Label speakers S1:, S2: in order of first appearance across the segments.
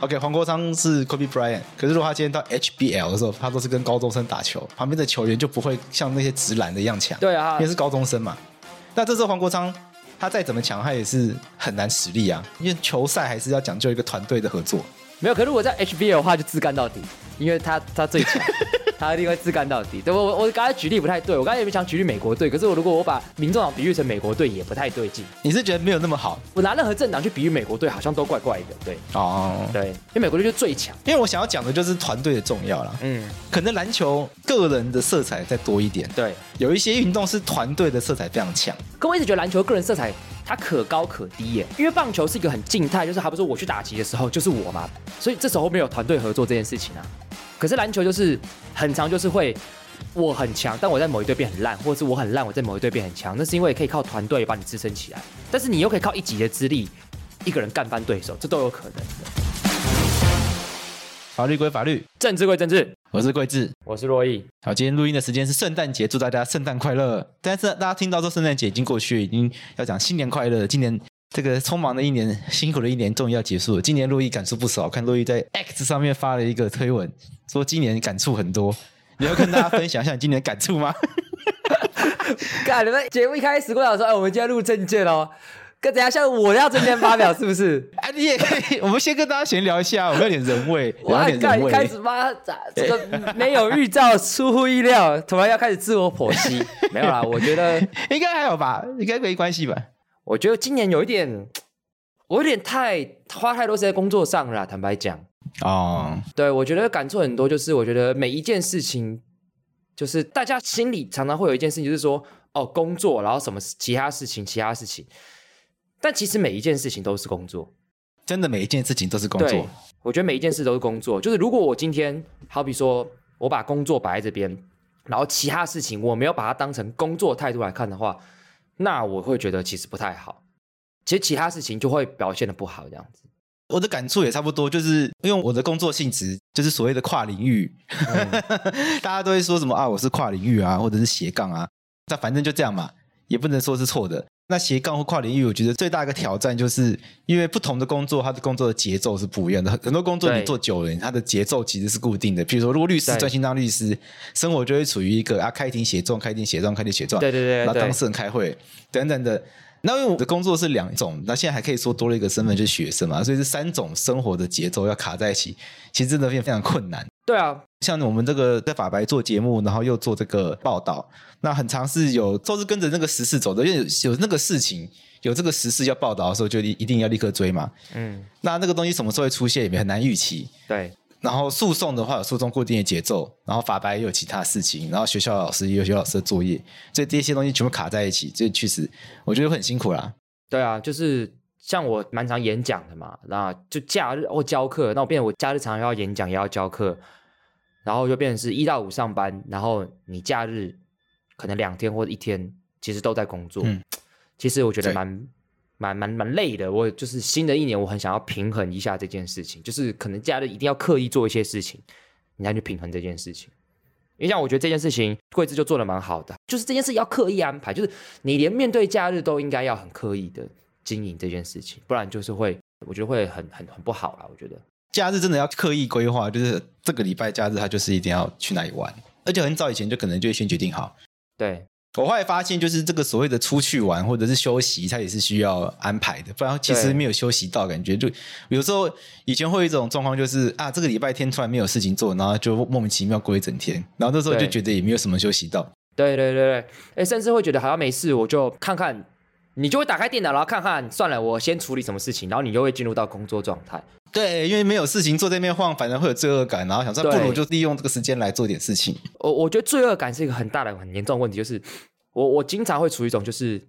S1: OK，黄国昌是 Kobe Bryant，可是如果他今天到 HBL 的时候，他都是跟高中生打球，旁边的球员就不会像那些直男的一样强。
S2: 对啊
S1: 因为是高中生嘛。那这时候黄国昌他再怎么强，他也是很难实力啊，因为球赛还是要讲究一个团队的合作。
S2: 没有，可如果在 HBL 的话，就自干到底，因为他他最 强，他一定会自干到底。对，我我我刚才举例不太对，我刚才也没想举例美国队，可是我如果我把民众党比喻成美国队，也不太对劲。
S1: 你是觉得没有那么好
S2: 我拿任何政党去比喻美国队，好像都怪怪的。对
S1: 哦？
S2: 对，因为美国队就最强。
S1: 因为我想要讲的就是团队的重要啦。
S2: 嗯，
S1: 可能篮球个人的色彩再多一点，
S2: 对。
S1: 有一些运动是团队的色彩非常强。
S2: 可我一直觉得篮球个人色彩它可高可低耶，因为棒球是一个很静态，就是还不是我去打击的时候就是我嘛，所以这时候没有团队合作这件事情啊。可是篮球就是很长，就是会我很强，但我在某一队变很烂，或者是我很烂，我在某一队变很强，那是因为可以靠团队把你支撑起来，但是你又可以靠一己的之力。一个人干翻对手，这都有可能的。
S1: 法律归法律，
S2: 政治归政治，
S1: 我是桂智。
S2: 我是洛毅。
S1: 好，今天录音的时间是圣诞节，祝大家圣诞快乐！但是大家听到说圣诞节已经过去，已经要讲新年快乐了。今年这个匆忙的一年，辛苦的一年，终于要结束了。今年陆毅感触不少，我看陆毅在 X 上面发了一个推文，说今年感触很多。你要跟大家分享一下你今年的感触吗？
S2: 干，你们节目一开始过来说，哎，我们今天录证件哦。跟等一下，像我要证件发表是不是？
S1: 哎，你也可以，我们先跟大家闲聊一下，我们有点人味，我
S2: 哇
S1: 有点
S2: 干
S1: 人味。
S2: 开始妈咋这 个没有预兆，出乎意料，突然要开始自我剖 析。没有啦，我觉得，
S1: 应该还好吧，应该没关系吧。
S2: 我觉得今年有一点，我有点太花太多时间在工作上了啦。坦白讲，
S1: 哦，
S2: 对我觉得感触很多，就是我觉得每一件事情，就是大家心里常常会有一件事情，就是说哦，工作，然后什么其他事情，其他事情。但其实每一件事情都是工作，
S1: 真的每一件事情都是工
S2: 对，
S1: 作，
S2: 我觉得每一件事都是工作，就是如果我今天好比说我把工作摆在这边，然后其他事情我没有把它当成工作态度来看的话，那我会觉得其实不太好。其实其他事情就会表现的不好，这样子。
S1: 我的感触也差不多，就是因为我的工作性质就是所谓的跨领域， 大家都会说什么啊，我是跨领域啊，或者是斜杠啊，那反正就这样嘛，也不能说是错的。那斜杠或跨领域，我觉得最大一个挑战就是，因为不同的工作，它的工作的节奏是不一样的。很很多工作你
S2: 对
S1: 做久了，它的节奏其实是固定的。比如说，如果律师
S2: 对
S1: 专心当律师，生活就会处于一个啊开庭写状、开庭写状、开庭写状，
S2: 对对对
S1: 然后
S2: 对
S1: 当事人开会等等的。那因为我的工作是两种，那现在还可以说多了一个身
S2: 嗯
S1: 份，就是学生嘛，所以是三种生活的节奏要卡在一起，其实真的非常非常困难。
S2: 对啊，
S1: 像我们这个在法白做节目，然后又做这个报道，那很常是有都是跟着那个时事走的，因为有有那个事情，有这个时事要报道的时候，就一一定要立刻追嘛。
S2: 嗯，
S1: 那那个东西什么时候会出现，也很难预期。
S2: 对，
S1: 然后诉讼的话有诉讼固定的节奏，然后法白也有其他事情，然后学校老师也有学校老师的作业，所以这些东西全部卡在一起，这确实我觉得会很辛苦啦。
S2: 对啊，就是像我蛮常演讲的嘛，那就假日或教课，那我变成我假日常常要演讲，也要教课，然后就变成是一到五上班，然后你假日可能两天或者一天，其实都在工作。
S1: 嗯
S2: 其实我觉得
S1: 对
S2: 蛮蛮蛮蛮累的。我就是新的一年，我很想要平衡一下这件事情，就是可能假日一定要刻意做一些事情，你才去平衡这件事情。因为像我觉得这件事情，桂枝就做的蛮好的，就是这件事要刻意安排，就是你连面对假日都应该要很刻意的经营这件事情，不然就是会，我觉得会很很很不好啦。我觉得，
S1: 假日真的要刻意规划，就是这个礼拜假日他就是一定要去哪里玩，而且很早以前就可能就会先决定好。
S2: 对
S1: 我后来发现，就是这个所谓的出去玩或者是休息，它也是需要安排的，不然其实
S2: 对
S1: 没有休息到，感觉就有时候以前会有一种状况，就是啊，这个礼拜天突然没有事情做，然后就莫名其妙过一整天，然后那时候就
S2: 对
S1: 觉得也没有什么休息到。
S2: 对对对对，哎，甚至会觉得好像没事，我就看看，你就会打开电脑，然后看看，算了，我先处理什么事情，然后你又会进入到工作状态。
S1: 对，因为没有事情坐在那边晃，反正会有罪恶感，然后想说，
S2: 对
S1: 不如我就利用这个时间来做点事情。
S2: 我我觉得罪恶感是一个很大的、很严重的问题，就是我我经常会处于一种就是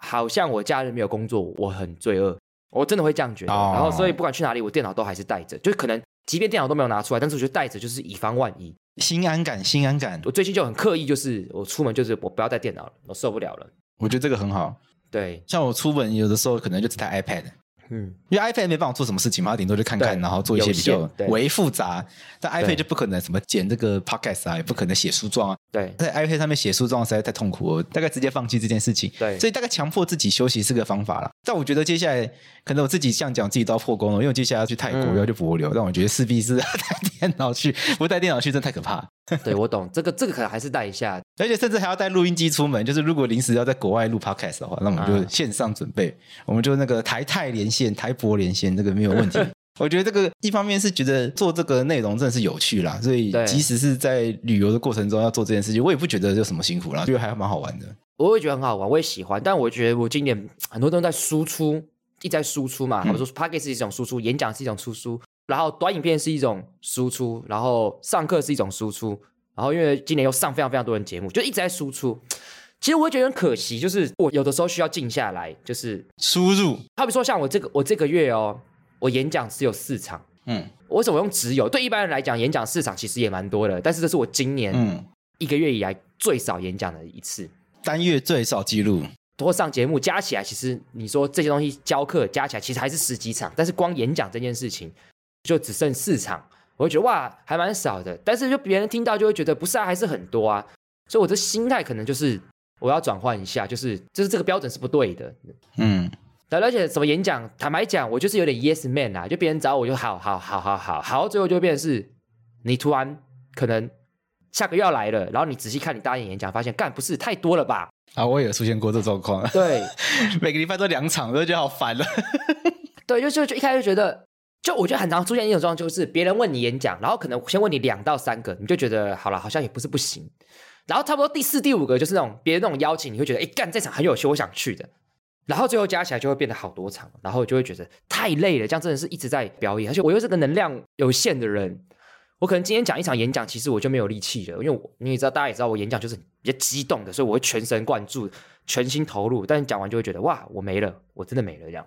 S2: 好像我假日没有工作，我很罪恶，我真的会这样觉得。
S1: 哦
S2: 然后所以不管去哪里，我电脑都还是带着，就是可能即便电脑都没有拿出来，但是我就带着，就是以防万一。
S1: 心安感，心安感，
S2: 我最近就很刻意，就是我出门就是我不要带电脑了，我受不了了。
S1: 我觉得这个很好。
S2: 对，
S1: 像我出门有的时候可能就只带 iPad，
S2: 嗯，
S1: 因为 iPad 没办法做什么事情嘛，它顶多就看看，
S2: 对
S1: 然后做一些比较
S2: 有限对
S1: 微复杂。但 iPad
S2: 对
S1: 就不可能什么剪这个 podcast 啊，也不可能写书状啊，
S2: 对
S1: 在 iPad 上面写书状实在太痛苦了，我大概直接放弃这件事情。
S2: 对
S1: 所以大概强迫自己休息是个方法啦。但我觉得接下来可能我自己这样讲自己都要破功了，因为我接下来要去泰国，
S2: 嗯
S1: 要去博流，但我觉得势必是要带电脑去，不带电脑去真的太可怕了。
S2: 对，我懂这个这个可能还是带一下，
S1: 而且甚至还要带录音机出门，就是如果临时要在国外录 podcast 的话，那我们
S2: 啊
S1: 就线上准备，我们就那个台泰连线、台博连线，这个没有 问题。我觉得这个一方面是觉得做这个内容真的是有趣啦，所以
S2: 对
S1: 即使是在旅游的过程中要做这件事情，我也不觉得有什么辛苦啦，觉得还蛮好玩的。
S2: 我会觉得很好玩，我也喜欢。但我觉得我今年很多东西在输出，一直在输出嘛。
S1: 嗯
S2: 我说 p a c k e t 是一种输出，演讲是一种输出，然后短影片是一种输出，然后上课是一种输出，然后因为今年又上非常非常多人节目，就一直在输出。其实我会觉得很可惜，就是我有的时候需要静下来，就是
S1: 输入，
S2: 好比说像我这个我这个月哦，我演讲只有四场。
S1: 嗯
S2: 我为什么用只有？对一般人来讲，演讲四场其实也蛮多的，但是这是我今年
S1: 嗯，
S2: 一个月以来最少演讲的一次。
S1: 单月最少记录，
S2: 或上节目加起来，其实你说这些东西教课加起来，其实还是十几场，但是光演讲这件事情就只剩四场，我会觉得哇，还蛮少的。但是就别人听到就会觉得不是啊，还是很多啊。所以我的心态可能就是我要转换一下，就是就是这个标准是不对的。
S1: 嗯，
S2: 对，而且什么演讲，坦白讲，我就是有点 yes man 啦、就别人找我就好好好好好好，到最后就会变成是你突然可能下个月要来了，然后你仔细看你答应演讲，发现干不是太多了吧？
S1: 啊，我也有出现过这状况，
S2: 对。
S1: 每个礼拜都两场，我都觉得好烦了。哦
S2: 对，就就就一开始就觉得，就我觉得很常出现一种状况，就是别人问你演讲，然后可能先问你两到三个，你就觉得好了，好像也不是不行。然后差不多第四、第五个就是那种别人那种邀请，你会觉得哎干这场很有趣，我想去的。然后最后加起来就会变得好多场，然后就会觉得太累了，这样真的是一直在表演，而且我又是个能量有限的人，我可能今天讲一场演讲，其实我就没有力气了，因为我你也知道，大家也知道我演讲就是比较激动的，所以我会全神贯注、全心投入，但讲完就会觉得哇，我没了，我真的没了这样。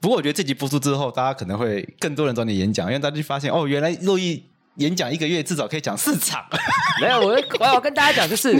S1: 不过我觉得这集播出之后，大家可能会更多人找你演讲，因为大家就发现哦，原来洛伊演讲一个月至少可以讲四场。
S2: 没有，我我要跟大家讲，就是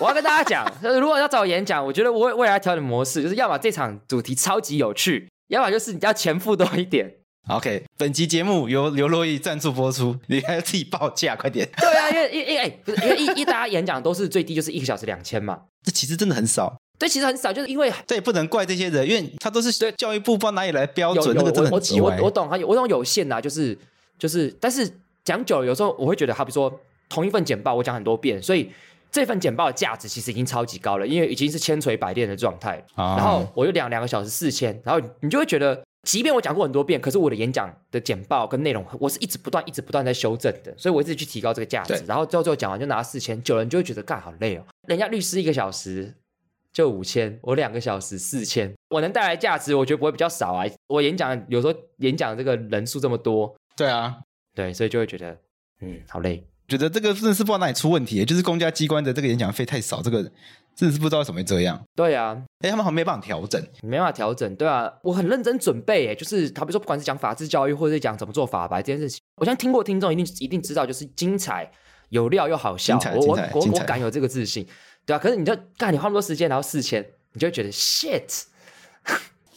S2: 我要跟大家讲，就是如果要找我演讲，我觉得我未未来调整模式，就是要么这场主题超级有趣，要么就是你要钱付多一点。
S1: OK，本集节目由刘洛伊赞助播出，你还要自己报价，快点！
S2: 对啊，因为因为因为哎、不是因为一一大家演讲都是最低就是一个小时两千嘛，
S1: 这其实真的很少，
S2: 对，其实很少，就是因为
S1: 这也不能怪这些人，因为他都是
S2: 对
S1: 教育部不知道哪里来的标
S2: 有
S1: 准，那
S2: 有
S1: 个真的
S2: 我
S1: 很欸奇
S2: 我
S1: 怪
S2: 我。我懂，啊还有我懂有限呐、就是就是，但是讲久了，有时候我会觉得，好比说同一份简报，我讲很多遍，所以这份简报的价值其实已经超级高了，因为已经是千锤百炼的状态。
S1: 啊
S2: 然后我又两两个小时四千，然后你就会觉得，即便我讲过很多遍，可是我的演讲的简报跟内容，我是一直不断一直不断在修正的，所以我一直去提高这个价值
S1: 对。
S2: 然后最后最后讲完就拿四千，久了你就会觉得干好累哦，人家律师一个小时就五千，我两个小时四千，我能带来价值，我觉得不会比较少啊。我演讲有时候演讲这个人数这么多，
S1: 对啊，
S2: 对，所以就会觉得嗯好累。
S1: 觉得这个真的是不知道哪里出问题，就是公家机关的这个演讲费太少，这个真的是不知道为什么会这样。
S2: 对啊，
S1: 哎，他们好像没办法调整。
S2: 没办法调整，对啊，我很认真准备，哎，就是好比说，不管是讲法治教育，或者是讲怎么做法白这件事情，我相信听过听众一定一定知道，就是精彩、有料又好笑
S1: 精。彩
S2: 我我
S1: 精彩
S2: 我
S1: 精
S2: 我
S1: 彩
S2: 敢有这个自信，对啊。可是你就干，你花那么多时间，然后四千，你就会觉得 shit，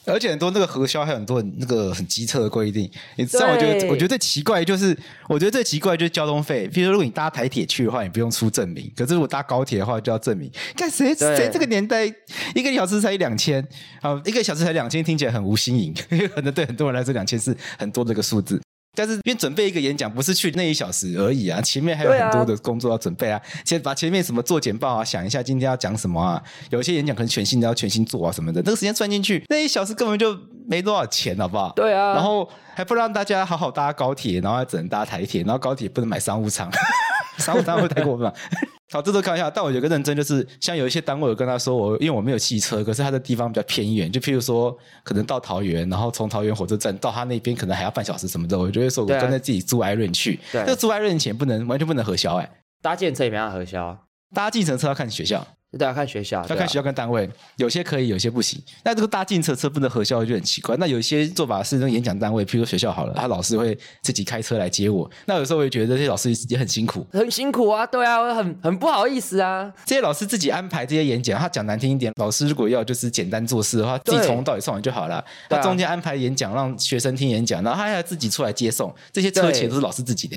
S1: 而且很多那个核销，还有很多那个很机车的规定。你知道，我觉得
S2: 对
S1: 我觉得最奇怪就是，我觉得最奇怪就是交通费。比如说，如果你搭台铁去的话，你不用出证明；可是如果搭高铁的话，就要证明。看谁
S2: 对
S1: 谁这个年代一个小时才一两千啊，一个小时才两千， 听起来很无新颖，因为可能对很多人来说，两千是很多的一个数字。但是，因为准备一个演讲不是去那一小时而已啊，前面还有
S2: 对啊
S1: 很多的工作要准备啊。先把前面什么做简报啊，想一下今天要讲什么啊。有一些演讲可能全新的要全新做啊什么的，那个时间算进去，那一小时根本就没多少钱，好不好？
S2: 对啊。
S1: 然后还不让大家好好搭高铁，然后还只能搭台铁，然后高铁不能买商务舱， 商务舱会太过 分了。好，这都开玩笑，但我有个认真，就是像有一些单位，我跟他说我因为我没有汽车，可是他的地方比较偏远，就譬如说可能到桃园，然后从桃园火车站到他那边可能还要半小时什么的，我就会说我
S2: 对啊
S1: 跟着自己租 i r o n 去，
S2: 对
S1: 那租 i r o n 钱不能完全不能核销哎、
S2: 搭建车也没办法核销，啊
S1: 搭计程车要看学校，
S2: 大家看学校，啊
S1: 要看学
S2: 校。
S1: 校跟单位，有些可以，有些不行。那这个搭进车车不能核销就很奇怪。那有一些做法是那种演讲单位，譬如说学校好了，他老师会自己开车来接我。那有时候我也觉得这些老师也很辛苦，
S2: 很辛苦啊，对啊，我很很不好意思啊。
S1: 这些老师自己安排这些演讲，他讲难听一点，老师如果要就是简单做事的话，自己
S2: 对
S1: 从头到尾送完就好了。
S2: 对
S1: 他
S2: 啊
S1: 中间安排演讲，让学生听演讲，然后他还要自己出来接送，这些车
S2: 对
S1: 钱都是老师自己的。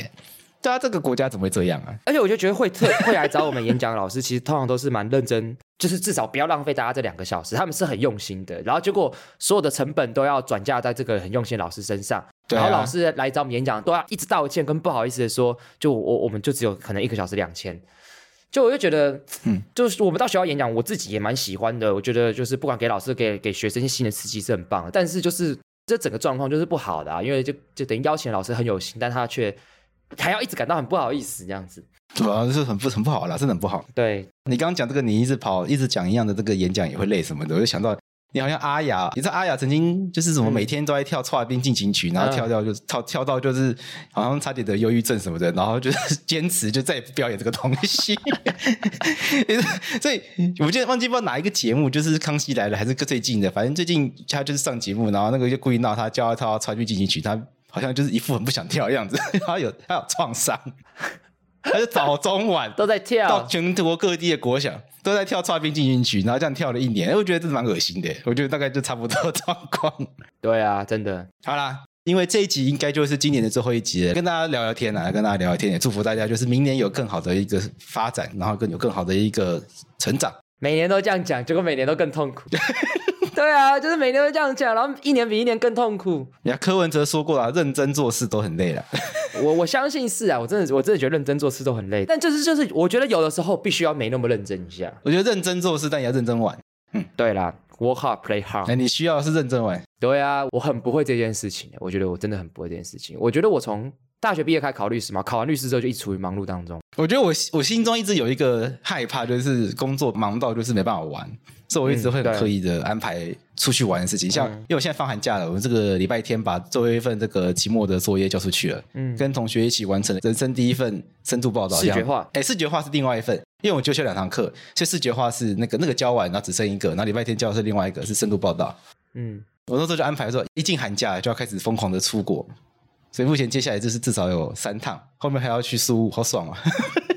S1: 对啊，这个国家怎么会这样啊？
S2: 而且我就觉得会特 会来找我们演讲的老师，其实通常都是蛮认真，就是至少不要浪费大家这两个小时，他们是很用心的。然后结果所有的成本都要转嫁在这个很用心的老师身上，
S1: 对啊
S2: 然后老师来找我们演讲都要一直道歉跟不好意思的说，就我我们就只有可能一个小时两千。就我就觉得，嗯，就是我们到学校演讲，我自己也蛮喜欢的。我觉得就是不管给老师给给学生一些新的刺激是很棒的，但是就是这整个状况就是不好的啊，因为就就等于邀请的老师很有心，但他却还要一直感到很不好意思这样子。
S1: 主要是很不很不好啦，真的很不好。
S2: 对，
S1: 你刚刚讲这个，你一直跑，一直讲一样的这个演讲也会累什么的，我就想到你好像阿雅，你知道阿雅曾经就是什么
S2: 嗯
S1: 每天都在跳《跨冰进行曲》，然后跳到就跳跳到就是好像差点得忧郁症什么的，然后就是 坚持就再也不表演这个东西。 所以我记得忘记不知道哪一个节目，就是《康熙来了》还是最近的，反正最近他就是上节目，然后那个就故意闹他，叫他跳《跨冰进行曲》，他好像就是一副很不想跳的样子， 他有他有创伤，他就早中晚
S2: 都在
S1: 到
S2: 跳。
S1: 全国各地的国小都在跳跨冰进行曲，然后这样跳了一年，哎我觉得这蛮恶心的。我觉得大概就差不多状况。
S2: 对啊，真的，
S1: 好啦，因为这一集应该就是今年的最后一集了，跟大家聊聊天啊，跟大家聊聊天，也祝福大家就是明年有更好的一个发展，然后更有更好的一个成长。
S2: 每年都这样讲，结果每年都更痛 苦。对啊，就是每年都这样讲，然后一年比一年更痛苦。
S1: 你看柯文哲说过啊，认真做事都很累了。
S2: 我我相信是啊，我真的我真的觉得认真做事都很累，但就是就是，我觉得有的时候必须要没那么认真一下。
S1: 我觉得认真做事，但也要认真玩。
S2: 对啦，work hard play hard。
S1: 哎，你需要的是认真玩。
S2: 对啊，我很不会这件事情，我觉得我真的很不会这件事情。我觉得我从大学毕业开始考律师嘛，考完律师之后就一直处于忙碌当中。
S1: 我觉得我我心中一直有一个害怕，就是工作忙到就是没办法玩，所以我一直会很刻意的安排出去玩的事
S2: 嗯
S1: 情。像因为我现在放寒假了，我们这个礼拜天把最后一份这个期末的作业交出去了，
S2: 嗯，
S1: 跟同学一起完成了人生第一份深度报道。
S2: 视觉
S1: 这样
S2: 化
S1: 哎，视觉化是另外一份，因为我就修两堂课，所以视觉化是那个那个教完，然后只剩一个，然后礼拜天教的是另外一个是深度报道。
S2: 嗯，
S1: 我那时候就安排说，一进寒假就要开始疯狂的出国，所以目前接下来就是至少有三趟，后面还要去苏屋，好爽啊！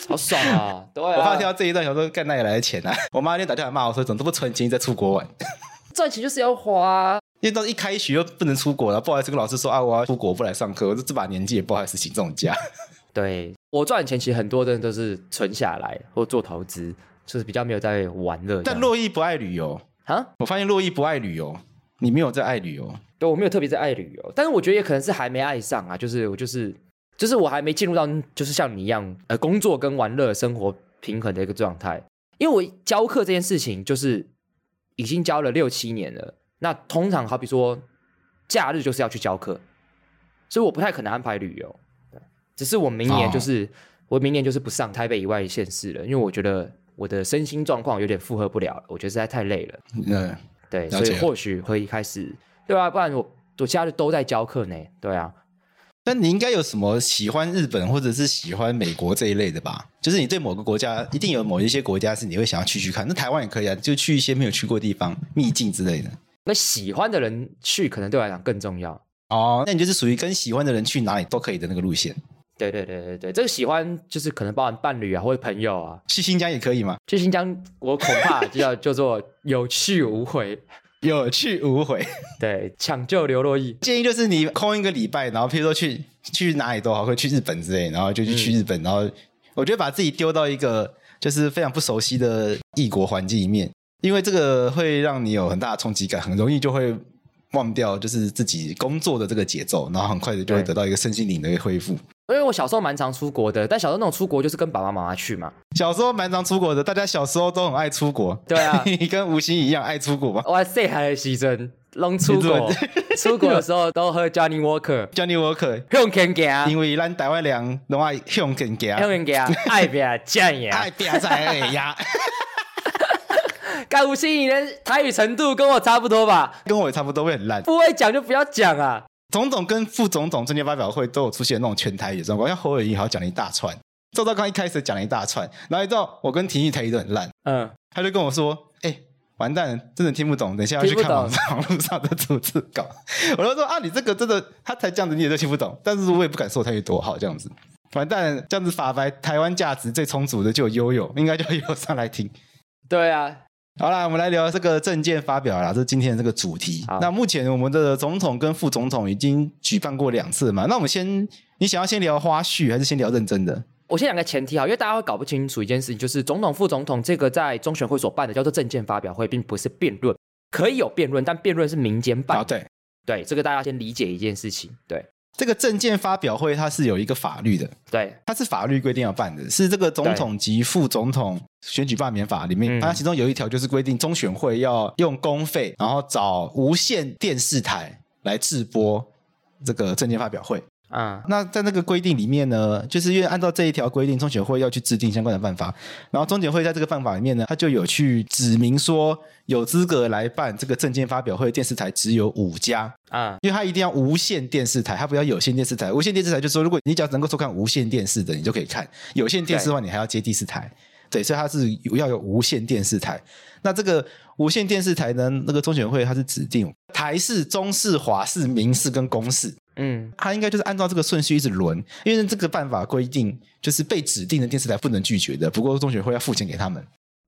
S2: 好爽啊！对啊，
S1: 我爸听到这一段，想说干那也来的钱啊！ 我妈那天打电话骂我说，怎么都不存钱在出国玩？
S2: 赚钱就是要花啊、
S1: 因为到一开学又不能出国了，不好意思跟老师说啊，我要出国不来上课，我这这把年纪也不好意思请这种假。
S2: 对我赚的钱，其实很多真的都是存下来或做投资，就是比较没有在玩乐这样。
S1: 但洛伊不爱旅游，
S2: 啊，
S1: 我发现洛伊不爱旅游，你没有在爱旅游，
S2: 对我没有特别在爱旅游，但是我觉得也可能是还没爱上啊，就是我就是就是我还没进入到就是像你一样呃工作跟玩乐生活平衡的一个状态。因为我教课这件事情就是已经教了六七年了，那通常好比说假日就是要去教课，所以我不太可能安排旅游。对只是我明年
S1: 哦
S2: 就是、我明年就是不上台北以外的县市了，因为我觉得我的身心状况有点负荷不了了，我觉得实在太累了。
S1: 嗯，
S2: 对，
S1: 了
S2: 所以
S1: 解
S2: 或许会开始，对啊，不然我我假日都在教课呢，对啊，
S1: 但你应该有什么喜欢日本或者是喜欢美国这一类的吧？就是你对某个国家一定有某一些国家是你会想要去去看，那台湾也可以啊，就去一些没有去过的地方，秘境之类的。
S2: 那喜欢的人去，可能对我来讲更重要。
S1: 哦，那你就是属于跟喜欢的人去哪里都可以的那个路线。
S2: 对对对对对，这个喜欢就是可能包含伴侣啊，或者朋友啊。
S1: 去新疆也可以吗？
S2: 去新疆，我恐怕就要叫做有去无回。
S1: 有去无回。
S2: 对，抢救刘若英。
S1: 建议就是你空一个礼拜，然后譬如说去去哪里都好，会去日本之类，然后就去去日本，然后我觉得把自己丢到一个就是非常不熟悉的异国环境里面，因为这个会让你有很大的冲击感，很容易就会忘掉就是自己工作的这个节奏，然后很快的就会
S2: 对
S1: 得到一个身心灵的恢复。
S2: 因为我小时候蛮常出国的，但小时候那种出国就是跟爸爸妈妈去嘛。
S1: 小时候蛮常出国的，大家小时候都很爱出国。
S2: 对 啊
S1: 你跟吴昕一样爱出国吗
S2: 哇塞，还有西真拢出
S1: 你怎
S2: 国
S1: 么，
S2: 出国的时候都喝 Johnny Walker，
S1: ？Johnny Walker，
S2: 向前行，
S1: 因为咱台湾人拢爱向前行，
S2: 向前行，啊爱拼战赢。
S1: 爱拼才会赢。
S2: 干吴欣怡的台语程度跟我差不多吧？
S1: 跟我也差不多会很烂。
S2: 不会讲就不要讲啊！
S1: 总总跟副总总证券发表会都有出现那种全台语状况，像侯友谊好像讲了一大串，赵少康一开始讲了一大串，然后你知道我跟廷玉台语都很烂，
S2: 嗯，
S1: 他就跟我说：“哎、完蛋了，真的听不懂，等一下要
S2: 听
S1: 去
S2: 不
S1: 看网
S2: 懂
S1: 上网络上的逐字稿。”我就说：“啊，你这个真的，他才这样子你也都听不懂，但是我也不敢说他有多好这样子。”完蛋了，这样子法白台湾价值最充足的就有悠悠，应该叫悠悠上来听。
S2: 对啊，
S1: 好啦，我们来聊这个证件发表啦，这是今天的这个主题
S2: 好。
S1: 那目前我们的总统跟副总统已经举办过两次嘛，那我们先，你想要先聊花絮，还是先聊认真的？
S2: 我先讲个前提啊，因为大家会搞不清楚一件事情，就是总统、副总统这个在中选会所办的叫做政见发表会，并不是辩论，可以有辩论，但辩论是民间办
S1: 啊，
S2: 的。
S1: 对，
S2: 对，这个大家先理解一件事情。对
S1: 这个证件发表会它是有一个法律的，
S2: 对，
S1: 它是法律规定要办的，是这个总统及副总统选举罢免法里
S2: 嗯
S1: 面，它其中有一条就是规定中选会要用公费，然后找无线电视台来制播这个证件发表会。
S2: 嗯，
S1: 那在那个规定里面呢，就是因为按照这一条规定，中选会要去制定相关的办法，然后中选会在这个办法里面呢，它就有去指明说，有资格来办这个证件发表会的电视台只有五家，
S2: 啊、
S1: 因为它一定要无线电视台，它不要有线电视台。无线电视台就是说，如果你只要能够收看无线电视的，你就可以看；有线电视的话，你还要接第四台。对，所以它是要有无线电视台。那这个无线电视台呢，那个中选会它是指定台视、中视、华视、民视跟公视。
S2: 嗯，
S1: 它应该就是按照这个顺序一直轮，因为这个办法规定，就是被指定的电视台不能拒绝的，不过中选会要付钱给他们。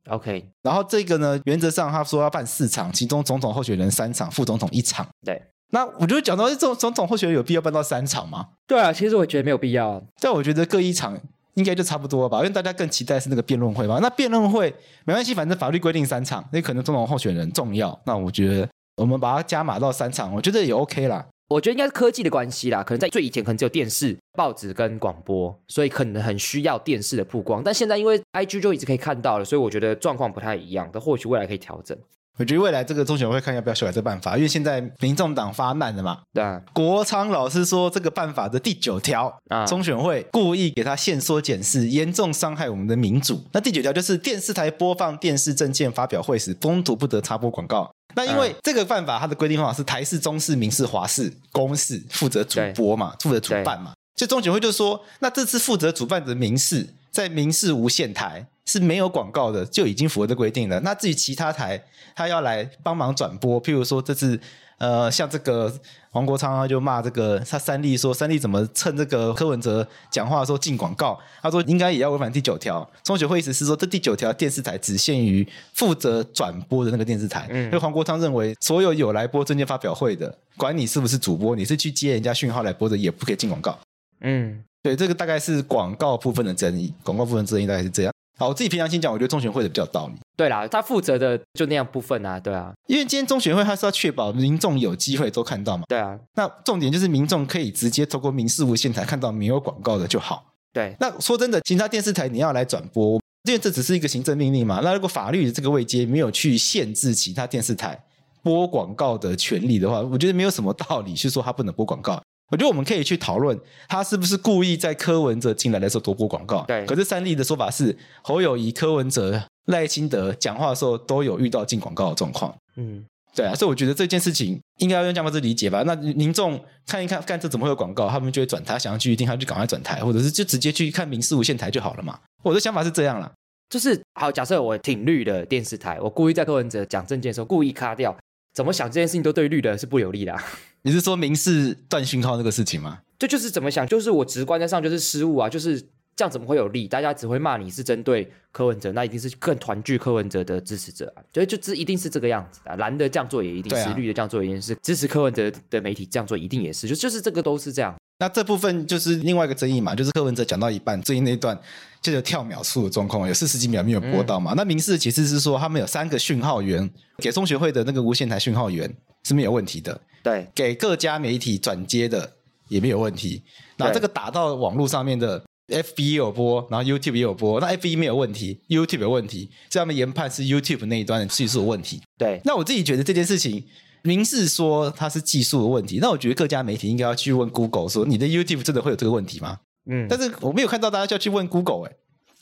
S2: 嗯，OK，
S1: 然后这个呢，原则上他说要办四场，其中总统候选人三场，副总统一场。
S2: 对，
S1: 那我就讲到这种总统候选人有必要办到三场吗？
S2: 对啊，其实我觉得没有必要啊。
S1: 但我觉得各一场应该就差不多吧，因为大家更期待是那个辩论会吧。那辩论会没关系，反正法律规定三场，那可能总统候选人重要。那我觉得我们把它加码到三场，我觉得也 OK 啦。
S2: 我觉得应该是科技的关系啦，可能在最以前可能只有电视、报纸跟广播，所以可能很需要电视的曝光。但现在因为 IG 就一直可以看到了，所以我觉得状况不太一样，但或许未来可以调整。
S1: 我觉得未来这个中选会看要不要修改这办法，因为现在民众党发难了嘛。
S2: 对啊，
S1: 国昌老师说，这个办法的第九条
S2: 啊
S1: 中选会故意给他限缩检视，严重伤害我们的民主。那第九条就是电视台播放电视证件发表会时，中途不得插播广告。那因为这个办法，它的规定方法是台视、中视、民视、华视、公视负责主播嘛，负责主办嘛。所以中选会就说，那这次负责主办的民视，在民视无线台是没有广告的，就已经符合这规定了。那至于其他台，他要来帮忙转播，譬如说这次呃，像这个黄国昌他就骂这个他三立说三立怎么趁这个柯文哲讲话的时候进广告，他说应该也要违反第九条。中学会意思是说，这第九条电视台只限于负责转播的那个电视台，
S2: 嗯
S1: 因为黄国昌认为所有有来播证件发表会的，管你是不是主播，你是去接人家讯号来播的，也不可以进广告。
S2: 嗯，
S1: 对，这个大概是广告部分的争议，广告部分的争议大概是这样。好，我自己平常心讲，我觉得中选会的比较有道理。
S2: 对啦，他负责的就那样部分啊，对啊，
S1: 因为今天中选会，它是要确保民众有机会都看到嘛，
S2: 对啊，
S1: 那重点就是民众可以直接透过民事无线台看到没有广告的就好。
S2: 对，
S1: 那说真的，其他电视台你要来转播，因为这只是一个行政命令嘛。那如果法律的这个位阶没有去限制其他电视台播广告的权利的话，我觉得没有什么道理去说它不能播广告。我觉得我们可以去讨论，他是不是故意在柯文哲进来的时候多播广告。
S2: 对
S1: 可是三立的说法是，侯友谊、柯文哲、赖清德讲话的时候都有遇到进广告的状况。
S2: 嗯，
S1: 对啊，所以我觉得这件事情应该要用这样方式理解吧。那民众看一看，看这怎么会有广告，他们就会转台，想要去一定，他就赶快转台，或者是就直接去看民事无线台就好了嘛。我的想法是这样啦，
S2: 就是好，假设我挺绿的电视台，我故意在柯文哲讲证件的时候故意卡掉，怎么想这件事情都对绿的是不有利的啊、
S1: 你是说民事断讯号那个事情吗？
S2: 这就是怎么想，就是我直观的上就是失误啊，就是这样怎么会有利？大家只会骂你是针对柯文哲，那一定是更团聚柯文哲的支持者啊，就就这一定是这个样子的啊、蓝的这样做也一定
S1: 对
S2: 是，
S1: 啊
S2: 绿的这样做也一定是，支持柯文哲的媒体这样做一定也是，就就是这个都是这样。
S1: 那这部分就是另外一个争议嘛，就是柯文哲讲到一半，最近那一段就有跳秒数的状况，有四十几秒没有播到嘛。那民事其实是说他们有三个讯号源，给中学会的那个无线台讯号源是没有问题的，
S2: 对，
S1: 给各家媒体转接的也没有问题。那
S2: 对
S1: 这个打到网络上面的 FB 也有播，然后 YouTube 也有播，那 FB 没有问题，YouTube 有问题，所以他们研判是 YouTube 那一端的技术有问题。
S2: 对，
S1: 那我自己觉得这件事情。明示说它是技术的问题，那我觉得各家媒体应该要去问 Google 说，你的 YouTube 真的会有这个问题吗？
S2: 嗯，
S1: 但是我没有看到大家就要去问 Google，哎、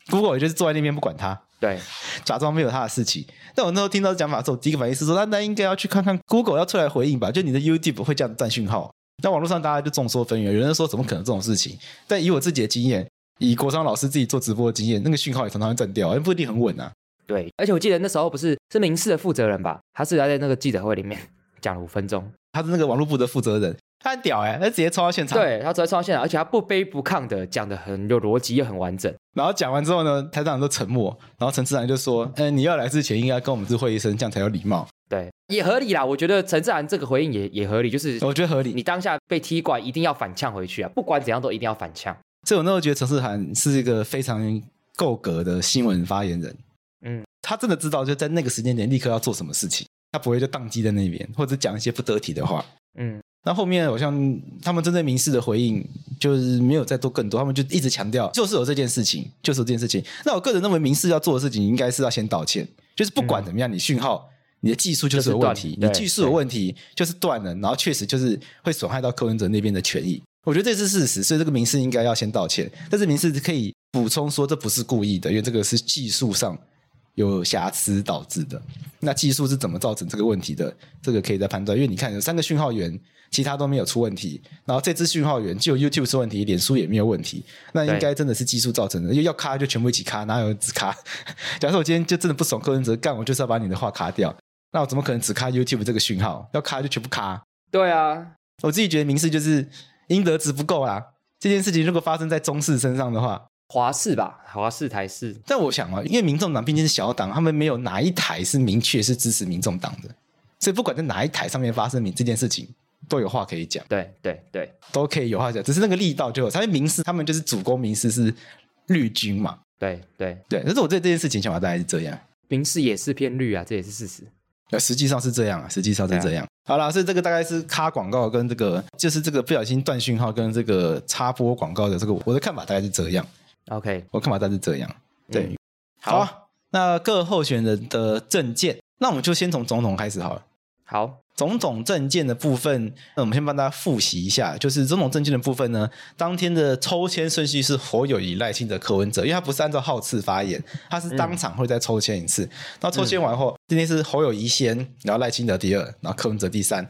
S1: g o o g l e 也就是坐在那边不管它。
S2: 对，
S1: 假装没有他的事情。但我那时候听到讲法的时候，我第一个反应是说，那那应该要去看看 Google 要出来回应吧，就你的 YouTube 会这样断讯号。那网络上大家就众说纷纭，有人说怎么可能这种事情？但以我自己的经验，以国商老师自己做直播的经验，那个讯号也常常会断掉，也不一定很稳啊。
S2: 对，而且我记得那时候不是是民事的负责人吧，他是他在那个记者会里面 讲了五分钟，
S1: 他是那个网络部的负责人，他很屌哎、他直接冲到现场，，
S2: 对他走在冲到现场，而且他不卑不亢的讲的很有逻辑又很完整，
S1: 然后讲完之后呢，台长都沉默，然后陈志南就说：“嗯、你要来之前应该跟我们知会一声，这样才有礼貌。
S2: 对，也合理啦。我觉得陈志涵这个回应也也合理，就是”
S1: 我觉得合理。
S2: 你当下被踢馆一定要反呛回去啊，不管怎样都一定要反呛。
S1: 所以我那时候觉得陈世涵是一个非常够格的新闻发言人。
S2: 嗯，
S1: 他真的知道就在那个时间点立刻要做什么事情，他不会就宕机在那边，或者讲一些不得体的话。
S2: 嗯，
S1: 那后面好像他们针对民事的回应就是没有再做更多，他们就一直强调就是有这件事情，就是有这件事情。那我个人认为民事要做的事情应该是要先道歉，就是不管怎么样，你讯号。你的技术就是有问题
S2: 嗯就，是
S1: 你
S2: 断
S1: 技术有问题就是断了，然后确实就是会损害到柯文哲那边的权益。我觉得这是事实，所以这个民事应该要先道歉。但是民事可以补充说这不是故意的，因为这个是技术上有瑕疵导致的。那技术是怎么造成这个问题的？这个可以再判断，因为你看有三个讯号源，其他都没有出问题，然后这支讯号源只有 YouTube 出问题，脸书也没有问题，那应该真的是技术造成的。因为要卡就全部一起卡，哪有人只卡？ 假设我今天就真的不爽柯文哲，干我就是要把你的话卡掉，那我怎么可能只卡 YouTube 这个讯号？要卡就全部卡，
S2: 对啊，
S1: 我自己觉得民事就是应得值不够啦。这件事情如果发生在中视身上的话，
S2: 华视吧，华视台视，
S1: 但我想啊，因为民众党毕竟是小党，他们没有哪一台是明确是支持民众党的，所以不管在哪一台上面发生民这件事情，都有话可以讲，
S2: 对对对
S1: 都可以有话讲，只是那个力道就有差。因为民事他们就是主攻民事是绿军嘛，
S2: 对对，
S1: 对。但是我对这件事情想法大概是这样，
S2: 民视也是偏绿啊，这也是事实。
S1: 呃，实际上是这样啊，实际上是这样。好啦，所以这个大概是卡广告跟这个就是这个不小心断讯号跟这个插播广告的这个我的看法大概是这样。
S2: OK，
S1: 我看法大致这样。对，
S2: 嗯
S1: 好啊、那各候选人的证件，那我们就先从总统开始好了。
S2: 好，
S1: 总统证件的部分，那我们先帮大家复习一下，就是总统证件的部分呢，当天的抽签顺序是侯友谊、赖清德、柯文哲，因为他不是按照号次发言，他是当场会再抽签一次。那、抽签完后，今天是侯友谊先，然后赖清德第二，然后柯文哲第三，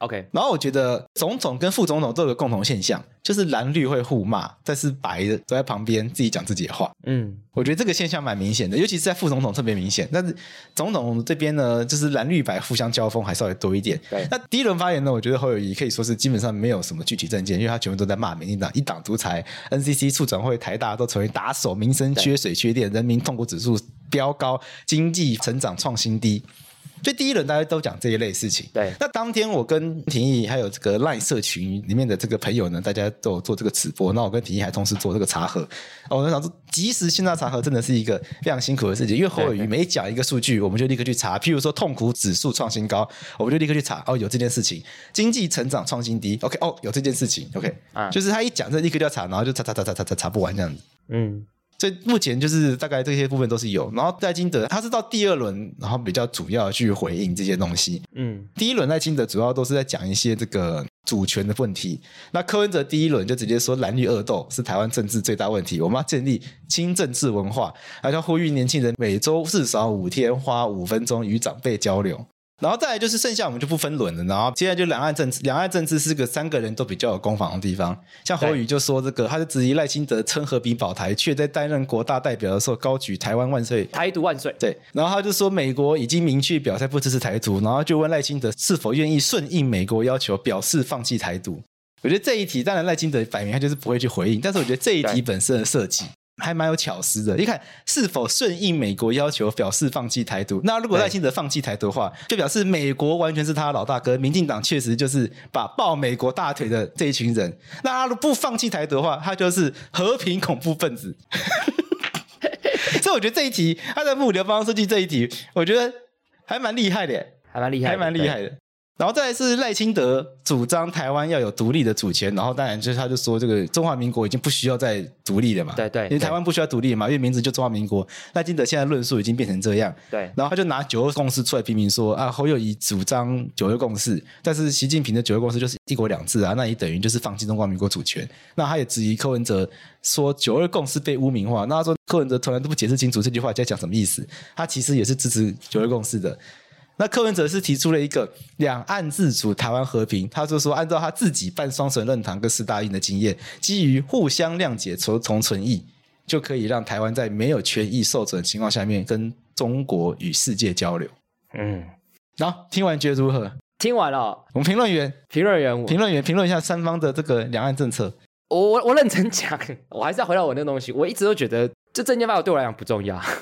S2: OK，
S1: 然后我觉得总统跟副总统都有个共同现象，就是蓝绿会互骂，但是白的都在旁边自己讲自己的话。
S2: 嗯，
S1: 我觉得这个现象蛮明显的，尤其是在副总统特别明显。但是总统这边呢，就是蓝绿白互相交锋还稍微多一点。
S2: 对
S1: 那第一轮发言呢，我觉得侯友谊可以说是基本上没有什么具体证件，因为他全部都在骂民进党一党独裁，NCC 促转会、台大都成为打手，民生缺水缺电，人民痛苦指数飙高，经济成长创新低。所以第一轮大家都讲这一类事情。
S2: 对
S1: 那当天我跟廷义还有这个 LINE 社群里面的这个朋友呢，大家都有做这个直播。那我跟廷义还同时做这个茶盒。哦我在想说，即时线上茶盒真的是一个非常辛苦的事情，因为侯友
S2: 对
S1: 谊
S2: 对
S1: 每讲一个数据，我们就立刻去查。譬如说痛苦指数创新高，我们就立刻去查。哦，有这件事情；经济成长创新低，OK，哦，有这件事情，OK，、
S2: 啊
S1: 就是他一讲这立刻就要查，然后就查查查查查查查不完这样子。
S2: 嗯，
S1: 所以目前就是大概这些部分都是有，然后戴金德他是到第二轮，然后比较主要去回应这些东西。
S2: 嗯，
S1: 第一轮赖清德主要都是在讲一些这个主权的问题。那柯文哲第一轮就直接说蓝绿恶斗是台湾政治最大问题，我们要建立新政治文化，还要呼吁年轻人每周至少五天花五分钟与长辈交流。然后再来就是剩下我们就不分轮了，然后接下来就两岸政治，两岸政治是个三个人都比较有攻防的地方。像侯
S2: 对
S1: 宇就说这个，他就质疑赖清德称和平保台，却在担任国大代表的时候高举台湾万岁
S2: 台独万岁。
S1: 对，然后他就说美国已经明确表态不支持台独，然后就问赖清德是否愿意顺应美国要求，表示放弃台独。我觉得这一题，当然赖清德摆明他就是不会去回应，但是我觉得这一题
S2: 对
S1: 本身的设计还蛮有巧思的。你看，是否顺应美国要求，表示放弃台独？那如果
S2: 对
S1: 赖清德放弃台独的话，就表示美国完全是他的老大哥，民进党确实就是把抱美国大腿的这一群人。那他如果不放弃台独的话，他就是和平恐怖分子。 所以我觉得这一题他在幕僚帮他设计这一题，我觉得还蛮厉害的耶，
S2: 还蛮厉害的，
S1: 还蛮厉害
S2: 对。
S1: 的。然后再来是赖清德主张台湾要有独立的主权，然后当然就是他就说这个中华民国已经不需要再独立了嘛，
S2: 对对
S1: 因为台湾不需要独立嘛，因为名字就中华民国。赖清德现在论述已经变成这样，
S2: 对
S1: 然后他就拿九二共识出来批评说啊，侯友谊主张九二共识，但是习近平的九二共识就是一国两制啊，那也等于就是放弃中华民国主权。那他也质疑柯文哲说九二共识被污名化，那他说柯文哲从来都不解释清楚这句话在讲什么意思，他其实也是支持九二共识的。那柯文哲是提出了一个两岸自主、台湾和平，他就说按照他自己办双城论坛跟四大运的经验，基于互相谅解、求同存异，就可以让台湾在没有权益受损的情况下面跟中国与世界交流。
S2: 嗯，
S1: 然后听完觉得如何？
S2: 听完了，哦
S1: 我们评论员
S2: 评论员我
S1: 评论员评论一下三方的这个两岸政策。
S2: 我我我认真讲，我还是要回到我那东西。我一直都觉得这证件报告对我来讲不重要，啊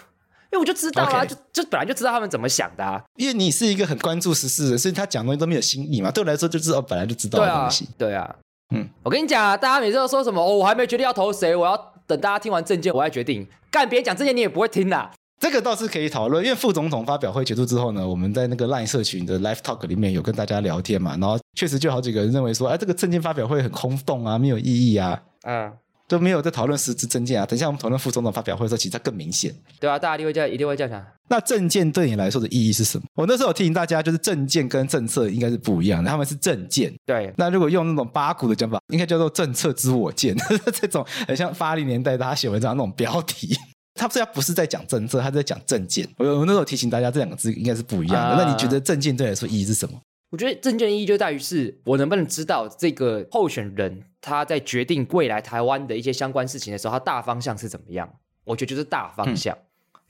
S2: 因为我就知道啊
S1: OK
S2: 就就本来就知道他们怎么想的啊。
S1: 因为你是一个很关注时事的，所以他讲东西都没有新意嘛。对我来说，就是哦，本来就知道
S2: 对
S1: 的
S2: 啊
S1: 东西。，
S2: 对啊，
S1: 嗯，
S2: 我跟你讲啊，大家每次都说什么哦，我还没决定要投谁，我要等大家听完证件我再决定。干，别人讲证件你也不会听啦。
S1: 这个倒是可以讨论，因为副总统发表会结束之后呢，我们在那个 LINE 社群的 Live Talk 里面有跟大家聊天嘛，然后确实就好几个人认为说，哎，这个证件发表会很空洞啊，没有意义啊，
S2: 嗯，
S1: 都没有在讨论实质证件啊。等一下我们讨论副总统发表会的时候，其实它更明显。
S2: 对啊，大家一定会这样，一定会这样想。
S1: 那证件对你来说的意义是什么？我那时候有提醒大家，就是证件跟政策应该是不一样的，他们是证件。
S2: 对，啊
S1: 那如果用那种八股的讲法，应该叫做“政策之我见”， 这种很像八零年代大家写文章那种标题。他虽然不是在讲政策，他是在讲政见。我我那时候提醒大家，这两个字应该是不一样的。
S2: 啊
S1: 那你觉得政见对你来说意义是什么？
S2: 我觉得证件意义就在于是我能不能知道这个候选人他在决定未来台湾的一些相关事情的时候，他大方向是怎么样？我觉得就是大方向，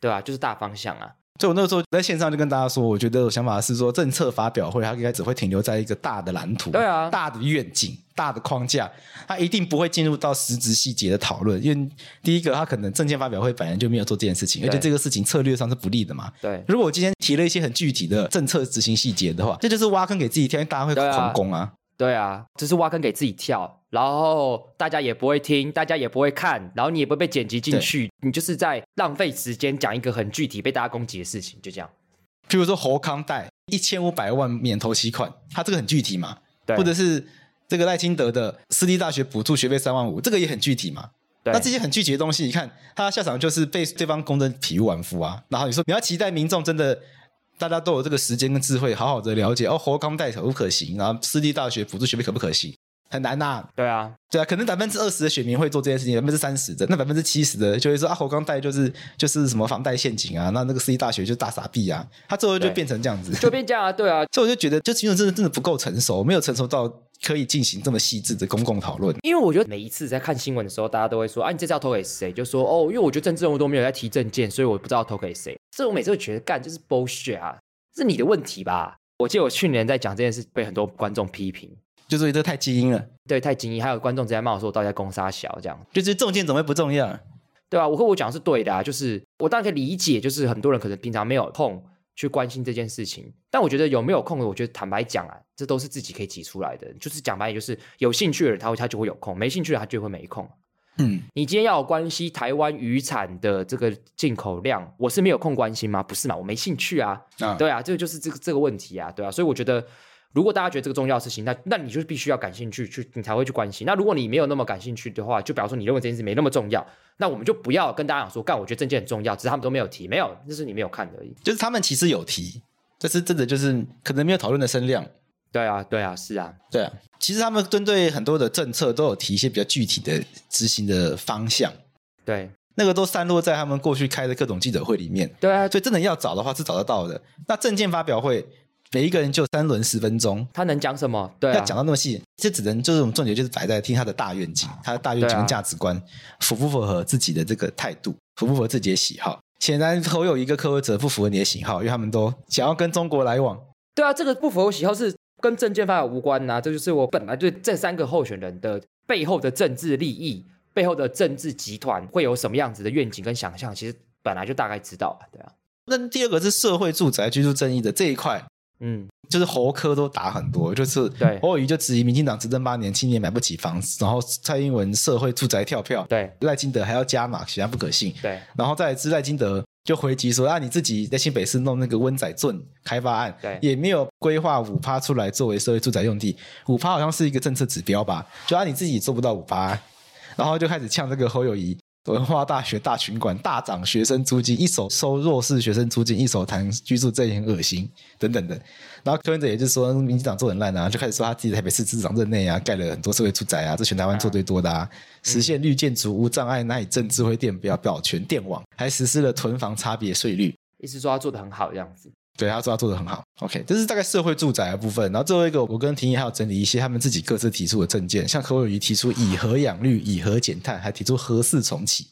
S2: 对吧、就是大方向啊。
S1: 所以我那时候在线上就跟大家说，我觉得我想法是说，政策发表会它应该只会停留在一个大的蓝图、
S2: 对啊
S1: 大的愿景、大的框架，它一定不会进入到实质细节的讨论。因为第一个，它可能政见发表会本来就没有做这件事情，而且
S2: 对
S1: 这个事情策略上是不利的嘛。
S2: 对，
S1: 如果我今天提了一些很具体的政策执行细节的话，这就是挖坑给自己跳，因为大家会
S2: 对啊
S1: 狂攻啊。
S2: 对啊，就是挖坑给自己跳，然后大家也不会听，大家也不会看，然后你也不会被剪辑进去，你就是在浪费时间讲一个很具体被大家攻击的事情，就这样。
S1: 譬如说侯康贷一千五百万免投息款，它这个很具体嘛，
S2: 对，
S1: 或者是这个赖清德的私立大学补助学费三万五，这个也很具体嘛。
S2: 对
S1: 那这些很具体的东西，你看他下场就是被对方攻得体无完肤啊。然后你说你要期待民众真的。大家都有这个时间跟智慧，好好的了解哦，侯康贷可不可行？然后私立大学补助学费可不可行？很难呐、
S2: 对啊，
S1: 对啊，可能百分之二十的选民会做这件事情，百分之三十的，那百分之七十的就会说啊，侯刚贷就是就是什么房贷陷阱啊，那那个私立大学就是大傻逼啊，他最后就
S2: 对
S1: 变成这样子，
S2: 就变这样啊，对啊，
S1: 所以我就觉得，就其实真的真的不够成熟，没有成熟到可以进行这么细致的公共讨论。
S2: 因为我觉得每一次在看新闻的时候，大家都会说啊，你这次要投给谁？就说哦，因为我觉得政治人物都没有在提政见，所以我不知道投给谁。这我每次都觉得干就是 bullshit 啊，是你的问题吧？我记得我去年在讲这件事，被很多观众批评，
S1: 就是这太精英了，
S2: 对，太精英，还有观众直接骂我说我到底在攻杀小这样。
S1: 就是中箭怎么会不重要？
S2: 对啊，我跟我讲的是对的啊，就是我当然可以理解，就是很多人可能平常没有空去关心这件事情，但我觉得有没有空，我觉得坦白讲啊，这都是自己可以挤出来的。就是讲白，也就是有兴趣的人他会他就会有空，没兴趣的人他就会没空。
S1: 嗯，
S2: 你今天要有关心台湾渔产的这个进口量，我是没有空关心吗？不是嘛，我没兴趣啊。
S1: 啊，
S2: 对啊，这个就是这个这个问题啊，对啊，所以我觉得。如果大家觉得这个重要的事情，那那你就必须要感兴趣，去你才会去关心。那如果你没有那么感兴趣的话，就比方说你认为这件事没那么重要，那我们就不要跟大家讲说，干，我觉得证件很重要，只是他们都没有提，没有，那是你没有看而已。
S1: 就是他们其实有提，但是真的就是可能没有讨论的声量。
S2: 对啊，对啊，是啊，
S1: 对啊，其实他们针对很多的政策都有提一些比较具体的执行的方向，
S2: 对，
S1: 那个都散落在他们过去开的各种记者会里面。
S2: 对啊，
S1: 所以真的要找的话是找得到的。那证件发表会，每一个人就三轮十分钟，
S2: 他能讲什么？对
S1: 要
S2: 啊，
S1: 讲到那么细，这只能就是我们重点就是摆在听他的大愿景，他的大愿景
S2: 对啊
S1: 跟价值观、符不符合自己的这个态度，符不符合自己的喜好。显然，侯友谊跟柯文哲不符合你的喜好，因为他们都想要跟中国来往。
S2: 对啊，这个不符合我喜好是跟证件发表无关呐、这就是我本来对这三个候选人的背后的政治利益、背后的政治集团会有什么样子的愿景跟想象，其实本来就大概知道啊，对啊，
S1: 那第二个是社会住宅居住正义的这一块，
S2: 嗯，
S1: 就是侯科都打很多，就是
S2: 对
S1: 侯友谊就质疑民进党执政八年，青年买不起房子，然后蔡英文社会住宅跳票，
S2: 对
S1: 赖清德还要加码，显然不可信。
S2: 对
S1: 然后再来是赖金德就回击说啊，你自己在新北市弄那个温仔圳开发案，
S2: 对
S1: 也没有规划五趴出来作为社会住宅用地，五趴好像是一个政策指标吧，就啊你自己做不到五趴，然后就开始呛这个侯友谊。文化大学大群馆大涨学生租金，一手收弱势学生租金，一手谈居住正义很恶心等等的。然后柯文哲也就是说，民进党做得很烂啊，就开始说他自己台北市市长任内啊，盖了很多社会住宅啊，这全台湾做最多的啊，实现绿建筑无障碍那以政智慧电表表全电网，还实施了囤房差别税率。
S2: 意思说他做的很好这样子，
S1: 对，他说他做的很好。OK，这是大概社会住宅的部分。然后最后一个，我跟婷宜还有整理一些他们自己各自提出的证件，像柯伟瑜提出以核养绿、以核减碳，还提出核四重启，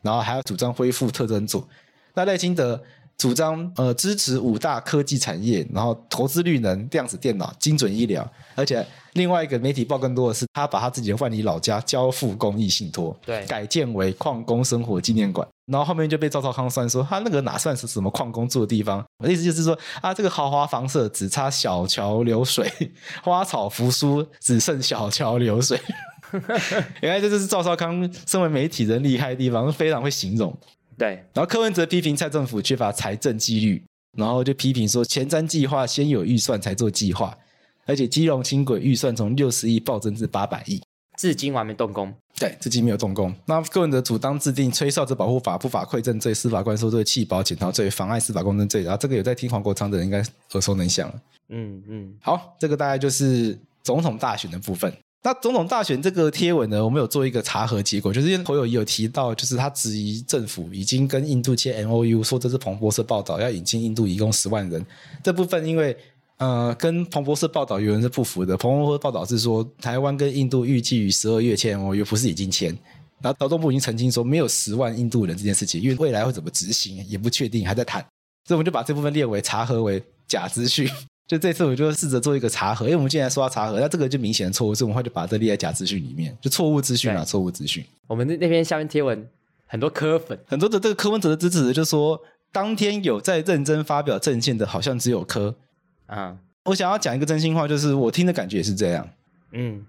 S1: 然后还要主张恢复特征组。那赖清德主张呃支持五大科技产业，然后投资绿能、量子电脑、精准医疗，而且另外一个媒体报更多的是，他把他自己的万里老家交付公益信托，
S2: 对
S1: 改建为矿工生活纪念馆。然后后面就被赵少康酸说，他那个哪算是什么矿工住的地方？我的意思就是说，啊，这个豪华房舍只差小桥流水， 花草扶疏，只剩小桥流水。原来这就是赵少康身为媒体人厉害的地方，非常会形容。
S2: 对，
S1: 然后柯文哲批评蔡政府缺乏财政纪律，然后就批评说前瞻计划先有预算才做计划，而且基隆轻轨预算从六十亿暴增至八百亿。
S2: 至今还没动工。
S1: 对，至今没有动工。那柯文哲主张制定吹哨者保护法、不法馈赠罪、司法官收罪、弃保潜逃罪、妨碍司法公正罪，然后这个有在听黄国昌的人应该耳熟能详了。
S2: 嗯嗯，
S1: 好，这个大概就是总统大选的部分。那总统大选这个贴文呢，我们有做一个查核结果，就是因为侯友谊有提到，就是他质疑政府已经跟印度签 M O U，说这是彭博社报道要引进印度移工十万人。这部分因为呃跟彭博社报道有人是不符的，彭博社报道是说台湾跟印度预计于十二月签 M O U，不是已经签。然后劳动部已经澄清说没有十万印度人这件事情，因为未来会怎么执行也不确定，还在谈。所以我们就把这部分列为查核为假资讯。 就这次我就试着做一个查核，因为我们既然说到查核，那这个就明显的错误，所以我们会就把这列在假资讯里面，就错误资讯啊，
S2: 对
S1: 错误资讯。
S2: 我们那那边下面贴文很多科粉，
S1: 很多的这个柯文哲的支持者就说，当天有在认真发表政见的，好像只有柯。
S2: 啊，
S1: 我想要讲一个真心话，就是我听的感觉也是这样。
S2: 嗯，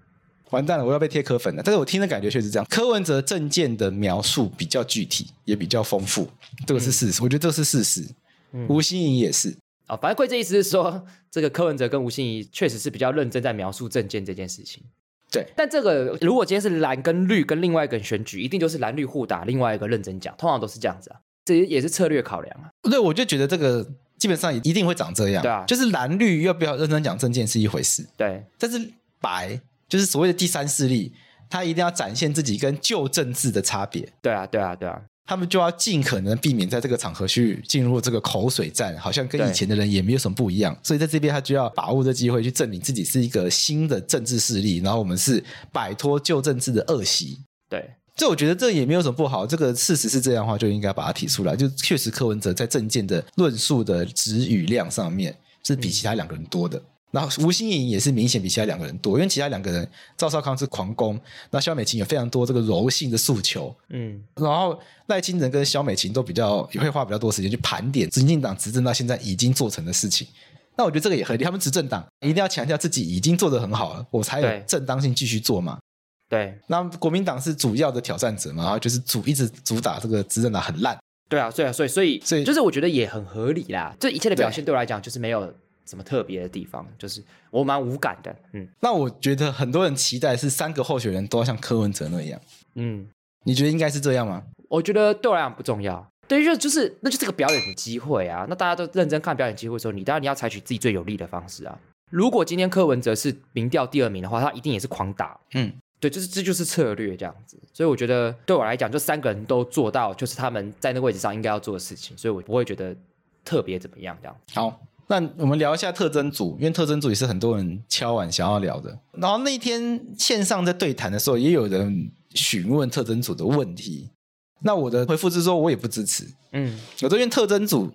S1: 完蛋了，我要被贴柯粉了。但是我听的感觉却是这样，柯文哲政见的描述比较具体，也比较丰富，这个是事实，我觉得这是事实。
S2: 嗯
S1: 吴欣颖也是，
S2: 哦，反正贵这意思是说，这个柯文哲跟吴欣怡确实是比较认真在描述政见这件事情。
S1: 对
S2: 但这个如果今天是蓝跟绿跟另外一个人选举，一定就是蓝绿互打，另外一个认真讲，通常都是这样子啊，这也是策略考量啊。
S1: 对，我就觉得这个基本上一定会长这样。
S2: 对啊
S1: 就是蓝绿要不要认真讲政见是一回事，
S2: 对，
S1: 但是白就是所谓的第三势力，他一定要展现自己跟旧政治的差别，
S2: 对啊，对啊，对啊，
S1: 他们就要尽可能避免在这个场合去进入这个口水战，好像跟
S2: 对
S1: 以前的人也没有什么不一样。所以在这边，他就要把握这机会去证明自己是一个新的政治势力，然后我们是摆脱旧政治的恶习。
S2: 对，
S1: 这我觉得这也没有什么不好，这个事实是这样的话，就应该把它提出来。就确实柯文哲在政见的论述的词语量上面是比其他两个人多的。然后吴欣颖也是明显比其他两个人多，因为其他两个人赵少康是狂攻，那肖美琴有非常多这个柔性的诉求，
S2: 嗯，
S1: 然后赖清德跟肖美琴都比较也会花比较多时间去盘点民进党执政到现在已经做成的事情。那我觉得这个也合理，他们执政党一定要强调自己已经做得很好了，我才有
S2: 对
S1: 正当性继续做嘛。
S2: 对，
S1: 那国民党是主要的挑战者嘛，然后就是主一直主打这个执政党很烂，
S2: 对啊，对啊，所以所以
S1: 所以
S2: 就是我觉得也很合理啦。这一切的表
S1: 对
S2: 现对我来讲就是没有什么特别的地方，就是我蛮无感的。嗯
S1: 那我觉得很多人期待是三个候选人都要像柯文哲那样，
S2: 嗯，
S1: 你觉得应该是这样吗？
S2: 我觉得对我来讲不重要。对，就就是那就是个表演的机会啊。那大家都认真看表演机会的时候，你当然你要采取自己最有利的方式啊。如果今天柯文哲是民调第二名的话，他一定也是狂打。
S1: 嗯，
S2: 对，就是这就是策略这样子。所以我觉得对我来讲，就三个人都做到，就是他们在那个位置上应该要做的事情，所以我不会觉得特别怎么样这样子。
S1: 好，那我们聊一下特征组，因为特征组也是很多人敲碗想要聊的。然后那天线上在对谈的时候，也有人询问特征组的问题，那我的回复是说我也不支持，
S2: 嗯，
S1: 有这边特征组，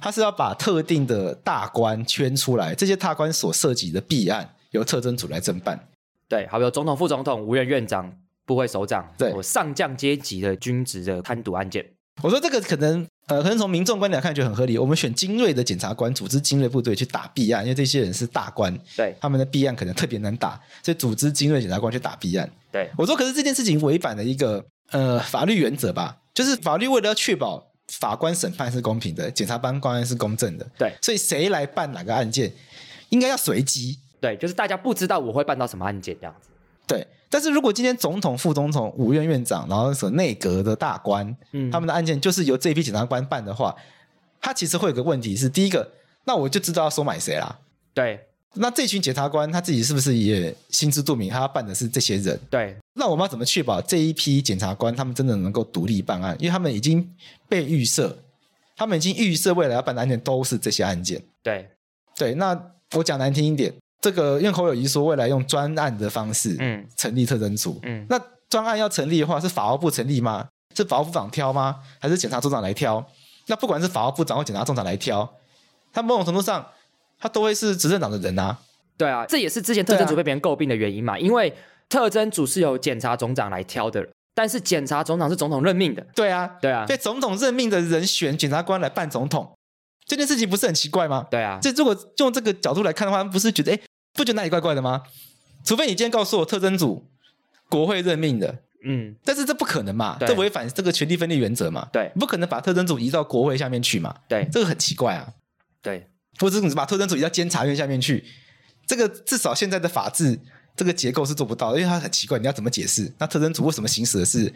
S1: 它是要把特定的大关圈出来，这些大关所涉及的弊案由特征组来侦办。
S2: 对，好比有总统、副总统、无人院长、部会首长，
S1: 对
S2: 我上将阶级的军职的贪渎案件。
S1: 我说这个可能呃，可能从民众观点来看就很合理。我们选精锐的检察官，组织精锐部队去打弊案，因为这些人是大官，
S2: 对
S1: 他们的弊案可能特别难打，所以组织精锐检察官去打弊案。
S2: 对，
S1: 我说，可是这件事情违反了一个呃法律原则吧，就是法律为了要确保法官审判是公平的，检察官官案是公正的，
S2: 对
S1: 所以谁来办哪个案件，应该要随机。
S2: 对，就是大家不知道我会办到什么案件这样子。
S1: 对，但是如果今天总统、副总统、五院院长，然后所内阁的大官，
S2: 嗯
S1: 他们的案件就是由这批检察官办的话，他其实会有个问题是：第一个，那我就知道要收买谁啦。
S2: 对
S1: 那这群检察官他自己是不是也心知肚明，他要办的是这些人？
S2: 对
S1: 那我们要怎么确保这一批检察官他们真的能够独立办案？因为他们已经被预设，他们已经预设未来要办的案件都是这些案件。
S2: 对，
S1: 对，那我讲难听一点，这个因为侯友谊说未来用专案的方式
S2: 嗯
S1: 成立特侦组，
S2: 嗯，
S1: 那专案要成立的话，是法务部成立吗？是法务部长挑吗？还是检察总长来挑？那不管是法务部长或检察总长来挑，他某种程度上，他都会是执政党的人啊。
S2: 对啊，这也是之前特
S1: 对啊
S2: 侦组被别人诟病的原因嘛，因为特侦组是由检察总长来挑的，但是检察总长是总统任命的，
S1: 对啊，
S2: 对啊，
S1: 所以总统任命的人选检察官来办总统，这件事情不是很奇怪吗？
S2: 对啊，
S1: 这如果用这个角度来看的话，不是觉得哎，不觉得哪里怪怪的吗？除非你今天告诉我特征组国会任命的，
S2: 嗯，
S1: 但是这不可能嘛，
S2: 对
S1: 这违反这个权力分立原则嘛，
S2: 对
S1: 不可能把特征组移到国会下面去嘛，
S2: 对
S1: 这个很奇怪啊。
S2: 对，
S1: 或者你把特征组移到监察院下面去，这个至少现在的法治这个结构是做不到的，因为它很奇怪，你要怎么解释？那特征组为什么行使的是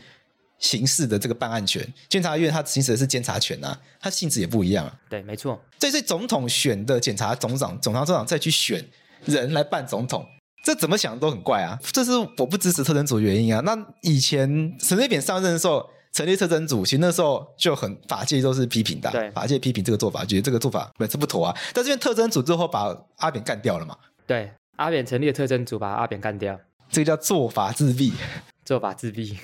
S1: 刑事的这个办案权，监察院它行使的是监察权啊，它性质也不一样啊。
S2: 对，没错，
S1: 所以是总统选的检察总长，总察总长再去选人来办总统。这怎么想都很怪啊！这是我不支持特征组的原因啊。那以前陈水扁上任的时候成立特征组，其实那时候就很法界都是批评的啊、
S2: 对
S1: 法界批评这个做法，觉得这个做法本身不妥啊。但是因为特征组最后把阿扁干掉了嘛，
S2: 对，阿扁成立了特侦组，把阿扁干掉，
S1: 这个叫做法自毙。
S2: 做法自闭，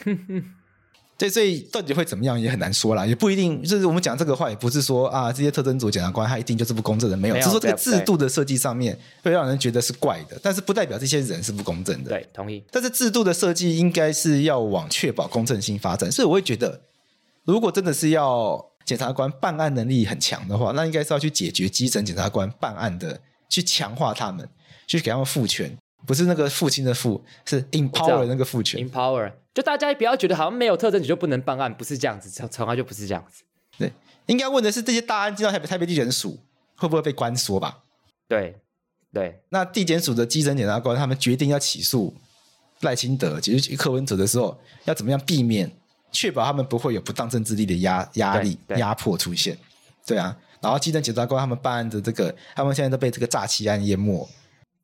S1: 对，所以到底会怎么样也很难说啦，也不一定。就是我们讲这个话，也不是说啊，这些特征组检察官他一定就是不公正的，没有，
S2: 没有
S1: 只是说这个
S2: 对
S1: 制度的设计上面会让人觉得是怪的，但是不代表这些人是不公正的。
S2: 对，同意，
S1: 但是制度的设计应该是要往确保公正性发展，所以我会觉得，如果真的是要检察官办案能力很强的话，那应该是要去解决基层检察官办案的，去强化他们，去给他们赋权，不是那个父亲的父，是 empower 那个父权。
S2: empower，就大家不要觉得好像没有特征组就不能办案，不是这样子，从从来就不是这样子。
S1: 对，应该问的是这些大案进到台北台北地检署会不会被关说吧？
S2: 对，对，
S1: 那地检署的基层检察官他们决定要起诉赖清德、解决柯文哲的时候，要怎么样避免确保他们不会有不当政治力的压压力
S2: 对、对
S1: 压迫出现？对啊，然后基层检察官他们办案的这个，他们现在都被这个诈欺案淹没，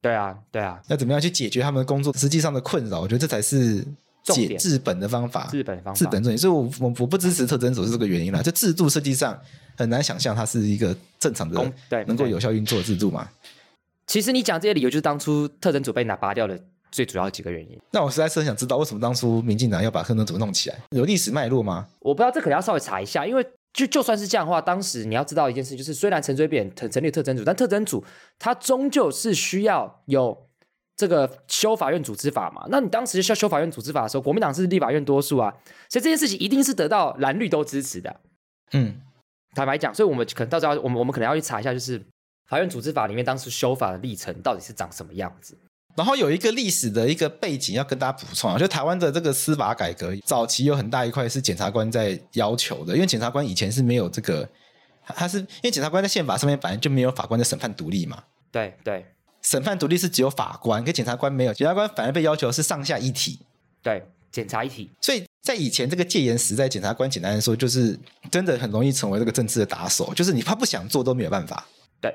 S2: 对啊，对啊，
S1: 要怎么样去解决他们工作实际上的困扰？我觉得这才是
S2: 重
S1: 解
S2: 点
S1: 治本的方法。
S2: 日本方
S1: 治
S2: 法，
S1: 本重点，所以我我我不支持特征组是这个原因啦。就制度设计上很难想象它是一个正常的
S2: 公对
S1: 能够
S2: 对
S1: 有效运作的制度嘛。
S2: 其实你讲这些理由，就是当初特征组被拿拔掉的最主要几个原因。
S1: 那我实在是很想知道，为什么当初民进党要把柯文哲弄起来？有历史脉络吗？
S2: 我不知道这可能要稍微查一下，因为就就算是这样的话，当时你要知道一件事，就是虽然陈水扁成成立特征组，但特征组它终究是需要有这个修法院组织法嘛。那你当时需要修法院组织法的时候，国民党是立法院多数啊，所以这件事情一定是得到蓝绿都支持的。
S1: 嗯，
S2: 坦白讲，所以我们可能到时候要我们我们可能要去查一下，就是法院组织法里面当时修法的历程到底是长什么样子。
S1: 然后有一个历史的一个背景要跟大家补充啊，就台湾的这个司法改革，早期有很大一块是检察官在要求的，因为检察官以前是没有这个，他他是因为检察官在宪法上面本来就没有法官的审判独立嘛，
S2: 对对
S1: 审判独立是只有法官，跟检察官没有，检察官反而被要求是上下一体，
S2: 对，检查一体，
S1: 所以在以前这个戒严时代，检察官简单来说就是真的很容易成为这个政治的打手，就是你他不想做都没有办法，
S2: 对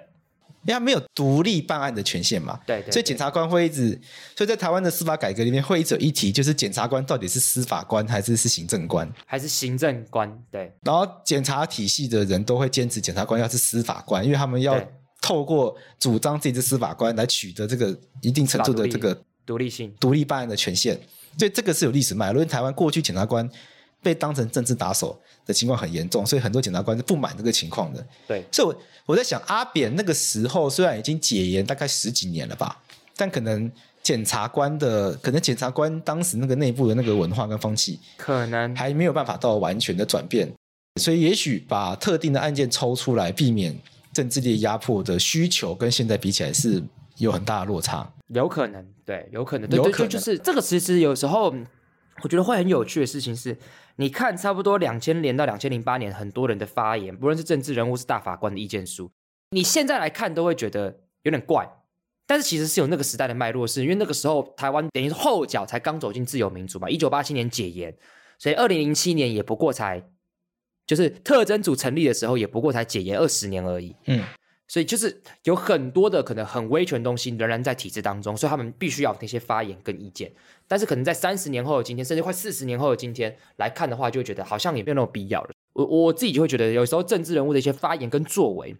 S1: 因为他没有独立办案的权限嘛。
S2: 对对，
S1: 所以检察官会一直，所以在台湾的司法改革里面会一直有议题，就是检察官到底是司法官还是是行政官，
S2: 还是行政官，对
S1: 然后检察体系的人都会坚持检察官要是司法官，因为他们要
S2: 对
S1: 透过主张自己是司法官来取得这个一定程度的这个
S2: 独立性，
S1: 独立办案的权限，所以这个是有历史脉络。因为台湾过去检察官被当成政治打手的情况很严重，所以很多检察官是不满这个情况的。
S2: 对
S1: 所以我我在想，阿扁那个时候虽然已经解严大概十几年了吧，但可能检察官的可能检察官当时那个内部的那个文化跟风气
S2: 可能
S1: 还没有办法到完全的转变，所以也许把特定的案件抽出来，避免政治力压迫的需求跟现在比起来是有很大的落差。
S2: 有可能，对，有可能，对
S1: 有
S2: 对
S1: 可
S2: 对，
S1: 能
S2: 就是这个。其实有时候嗯我觉得会很有趣的事情是，你看差不多两千年到两千零八年，很多人的发言，不论是政治人物是大法官的意见书，你现在来看都会觉得有点怪，但是其实是有那个时代的脉络是，因为那个时候台湾等于是后脚才刚走进自由民主嘛，一九八七年解严，所以二零零七年也不过才就是特征组成立的时候，也不过才解严二十年而已。
S1: 嗯，
S2: 所以就是有很多的可能很威权的东西仍然在体制当中，所以他们必须要有那些发言跟意见。但是可能在三十年后的今天，甚至快四十年后的今天来看的话，就会觉得好像也没有那么必要了。我我自己就会觉得，有时候政治人物的一些发言跟作为，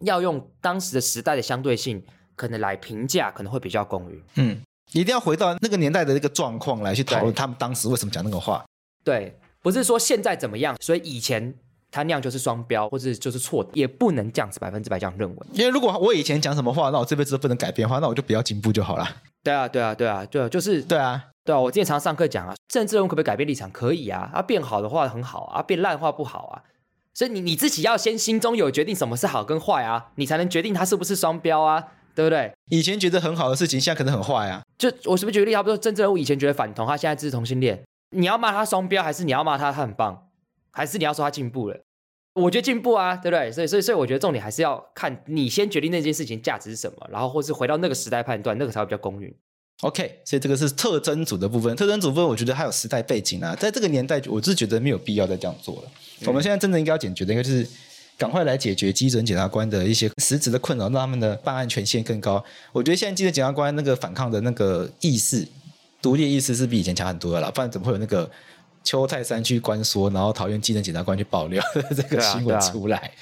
S2: 要用当时的时代的相对性，可能来评价，可能会比较公允。
S1: 嗯，一定要回到那个年代的那个状况来去讨论他们当时为什么讲那个话。
S2: 对，不是说现在怎么样，所以以前他那样就是双标，或者就是错的，也不能这样子百分之百这样认为。
S1: 因为如果我以前讲什么话，那我这辈子都不能改变的话，那我就不要进步就好了。
S2: 对啊，对啊，对啊，对啊，就是
S1: 对啊，
S2: 对啊，我之前常上课讲啊，政治人物可不可以改变立场？可以啊，啊，变好的话很好啊，变烂的话不好啊。所以你你自己要先心中有决定什么是好跟坏啊，你才能决定它是不是双标啊，对不对？
S1: 以前觉得很好的事情，现在可能很坏啊。
S2: 就我随便举个例，他不是说政治人物以前觉得反同，他现在支持同性恋，你要骂他双标，还是你要骂他他很棒，还是你要说他进步了？我觉得进步啊，对不对？所以所以所以我觉得重点还是要看你先决定那件事情价值是什么，然后或是回到那个时代判断，那个才会比较公允。
S1: OK，所以这个是特征组的部分。特征组部分，我觉得还有时代背景啊，在这个年代，我是觉得没有必要再这样做了。
S2: 嗯
S1: 我们现在真正应该要解决的，应该就是赶快来解决基准检察官的一些实质的困扰，让他们的办案权限更高。我觉得现在基准检察官那个反抗的那个意识、独立意识是比以前强很多的啦，不然怎么会有那个邱泰山去关说，然后桃园基准检察官去爆料 这个
S2: 对啊
S1: 新
S2: 对
S1: 闻
S2: 啊
S1: 出来？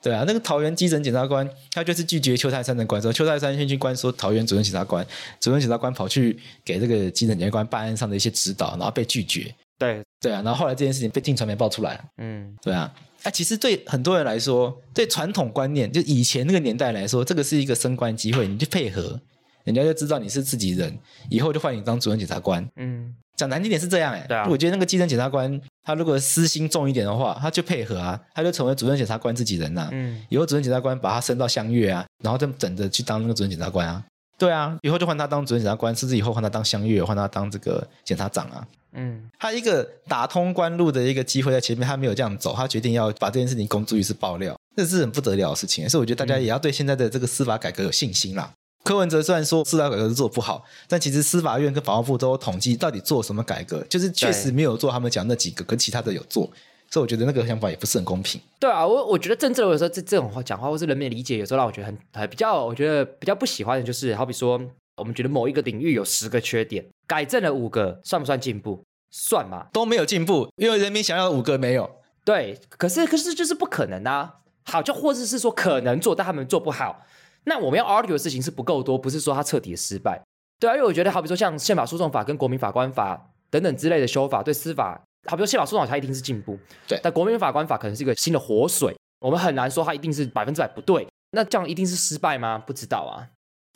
S1: 对啊，那个桃园基层检察官，他就是拒绝邱泰山的关说，邱泰山先去关说桃园主任检察官，主任检察官跑去给这个基层检察官办案上的一些指导，然后被拒绝。
S2: 对，
S1: 对啊，然后后来这件事情被进传媒爆出来。
S2: 嗯，
S1: 对啊，啊，其实对很多人来说，对传统观念，就以前那个年代来说，这个是一个升官机会，你去配合，人家就知道你是自己人，以后就换你当主任检察官。
S2: 嗯，
S1: 讲难听点是这样哎、
S2: 对啊
S1: 我觉得那个基层检察官，他如果私心重一点的话，他就配合啊，他就成为主任检察官自己人呐、啊
S2: 嗯，
S1: 以后主任检察官把他升到相月啊，然后再等着去当那个主任检察官啊。对啊，以后就换他当主任检察官，甚至以后换他当相月，换他当这个检察长啊。
S2: 嗯，
S1: 他一个打通官路的一个机会在前面，他没有这样走，他决定要把这件事情公诸于世爆料，这是很不得了的事情。所以我觉得大家也要对现在的这个司法改革有信心啦。柯文哲虽然说司法改革做得不好，但其实司法院跟法务部都有统计到底做什么改革，就是确实没有做他们讲那几个，跟其他的有做，所以我觉得那个想法也不是很公平。
S2: 对啊，我我觉得政治人物有时候这这种话讲话或是人民的理解，有时候让我觉得很很比较，我觉得比较不喜欢的就是，好比说我们觉得某一个领域有十个缺点，改正了五个，算不算进步？算嘛，
S1: 都没有进步，因为人民想要的五个没有。
S2: 对，可是可是就是不可能啊。好，就或者是说可能做，但他们做不好。那我们要 argue 的事情是不够多，不是说他彻底的失败。对啊，因为我觉得，好比说像宪法诉讼法跟国民法官法等等之类的修法，对司法，好比说宪法诉讼法它一定是进步，
S1: 对
S2: 但国民法官法可能是一个新的活水，我们很难说它一定是百分之百不对。那这样一定是失败吗？不知道啊。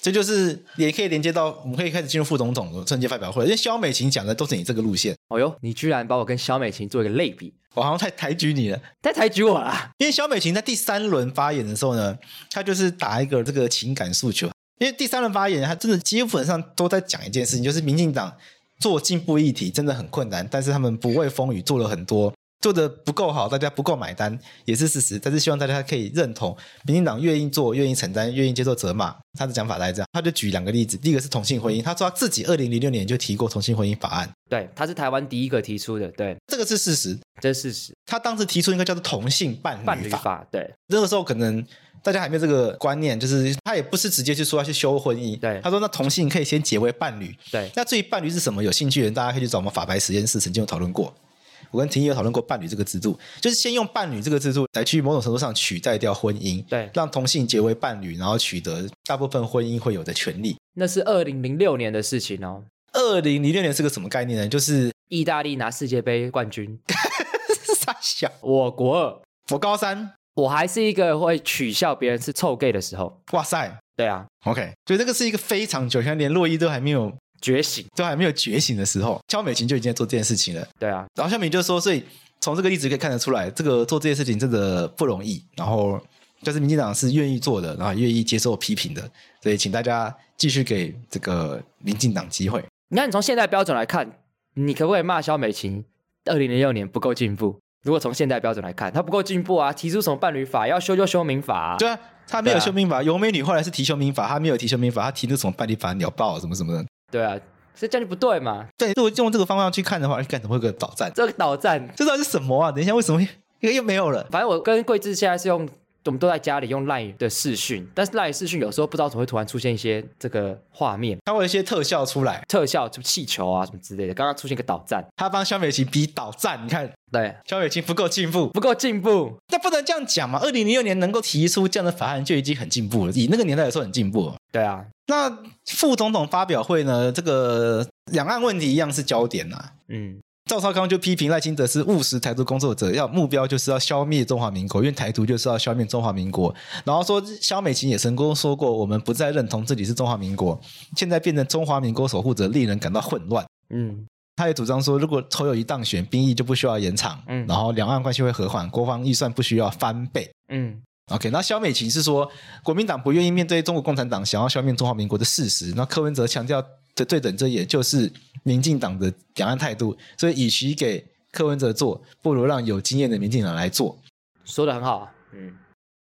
S1: 这就是也可以连接到，我们可以开始进入副总统的春节发表会，因为肖美琴讲的都是你这个路线，
S2: 哦哟，你居然把我跟肖美琴做一个类比，
S1: 我好像太抬举你了。
S2: 太抬举我啊 啦。
S1: 因为肖美琴在第三轮发言的时候呢，她就是打一个这个情感诉求。因为第三轮发言，她真的基本上都在讲一件事情，就是民进党做进步议题真的很困难，但是他们不畏风雨，做了很多，做的不够好，大家不够买单也是事实。但是希望大家可以认同，民进党愿意做，愿意承担，愿意接受责骂。他的讲法来这样，他就举两个例子，第一个是同性婚姻，他说他自己二零零六年就提过同性婚姻法案，
S2: 对，他是台湾第一个提出的，对，
S1: 这个是事实。
S2: 这是事实。
S1: 他当时提出一个叫做同性伴
S2: 伴
S1: 侣
S2: 侣
S1: 法，
S2: 法，对，
S1: 那个时候可能大家还没有这个观念，就是他也不是直接去说要去修婚姻，
S2: 对
S1: 他说那同性可以先结为伴侣，
S2: 对，
S1: 那至于伴侣是什么，有兴趣的人大家可以去找我们法白实验室曾经有讨论过，我跟婷宜有讨论过伴侣这个制度，就是先用伴侣这个制度来去某种程度上取代掉婚姻，
S2: 对
S1: 让同性结为伴侣，然后取得大部分婚姻会有的权利。
S2: 那是二零零六年的事情哦。
S1: 二零零六年是个什么概念呢？就是
S2: 意大利拿世界杯冠军，
S1: 傻小，
S2: 我国二，
S1: 我高三，
S2: 我还是一个会取笑别人是臭 gay 的时候。
S1: 哇塞
S2: 对啊，
S1: ，OK，所以这个是一个非常久，像连洛伊都还没有
S2: 觉醒。
S1: 都还没有觉醒的时候，肖美琴就已经在做这件事情了。
S2: 对啊，
S1: 然后肖美琴就说，所以从这个例子可以看得出来，这个做这件事情真的不容易。然后，但是民进党是愿意做的，然后也愿意接受批评的，所以请大家继续给这个民进党机会。
S2: 你看你从现在标准来看，你可不可以骂肖美琴？二零零六年不够进步。如果从现在标准来看，她不够进步啊，提出什么伴侣法，要修就修民法、啊。
S1: 对啊，他没有
S2: 对啊
S1: 修民法，尤美女后来是提修民法，他没有提修民法，他提那种办理法鸟报什么什么的。
S2: 对啊，所以这样就不对嘛，
S1: 对，如果用这个方向去看的话，干怎么会有个导弹？
S2: 这个导战
S1: 这到底是什么啊？等一下，为什么会又又没有了？
S2: 反正我跟桂智现在是用我们都在家里用 LINE 的视讯，但是 LINE 视讯有时候不知道怎么会突然出现一些这个画面、
S1: 他会有一些特效出来，
S2: 特效、什么气球啊什么之类的。刚刚出现一个导弹，
S1: 他帮萧美琴比倒赞，你看
S2: 对，
S1: 萧美琴不够进步，
S2: 不够进步，
S1: 但不能这样讲嘛。二零零六年能够提出这样的法案就已经很进步了，以那个年代来说很进步了。
S2: 对啊，
S1: 那副总统发表会呢？这个两岸问题一样是焦点呐、
S2: 嗯，
S1: 赵少康就批评赖清德是务实台独工作者，要目标就是要消灭中华民国，因为台独就是要消灭中华民国。然后说肖美琴也曾经说过，我们不再认同自己是中华民国，现在变成中华民国守护者，令人感到混乱。
S2: 嗯，
S1: 他也主张说，如果侯友谊当选，兵役就不需要延长，
S2: 嗯
S1: 然后两岸关系会和缓，国防预算不需要翻倍。
S2: 嗯，
S1: OK，那肖美琴是说，国民党不愿意面对中国共产党想要消灭中华民国的事实。那柯文哲强调的对等，这也就是民进党的两岸态度。所以，与其给柯文哲做，不如让有经验的民进党来做。
S2: 说的很好啊，嗯，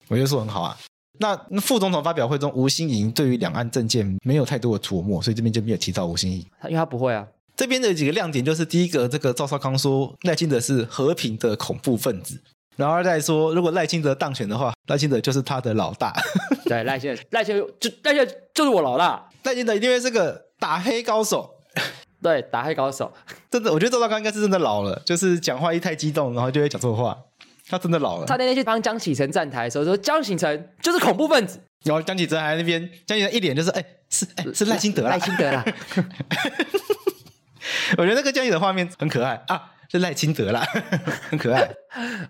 S1: 我觉得说很好啊。那那副总统发表会中，吴欣盈对于两岸政见没有太多的琢磨，所以这边就没有提到吴欣盈。
S2: 他因为他不会啊，
S1: 这边的有几个亮点就是，第一个，这个赵少康说赖清德是和平的恐怖分子，然后再说，如果赖清德当选的话，赖清德就是他的老大。
S2: 对，赖先生， 赖先生就赖先生就是我老大，
S1: 赖清德一定会是个打黑高手。
S2: 对，打黑高手，
S1: 真的，我觉得赵少康应该是真的老了，就是讲话一太激动，然后就会讲错话。他真的老了
S2: 他。那天去帮江启臣站台的时候说，江启臣就是恐怖分子，
S1: 然后江启哲还在那边，江启哲一脸就是哎、是哎、是赖清德啊啦
S2: 呃赖。清德啦，
S1: 我觉得那个江启哲画面很可爱啊，是赖清德啦， 很可爱。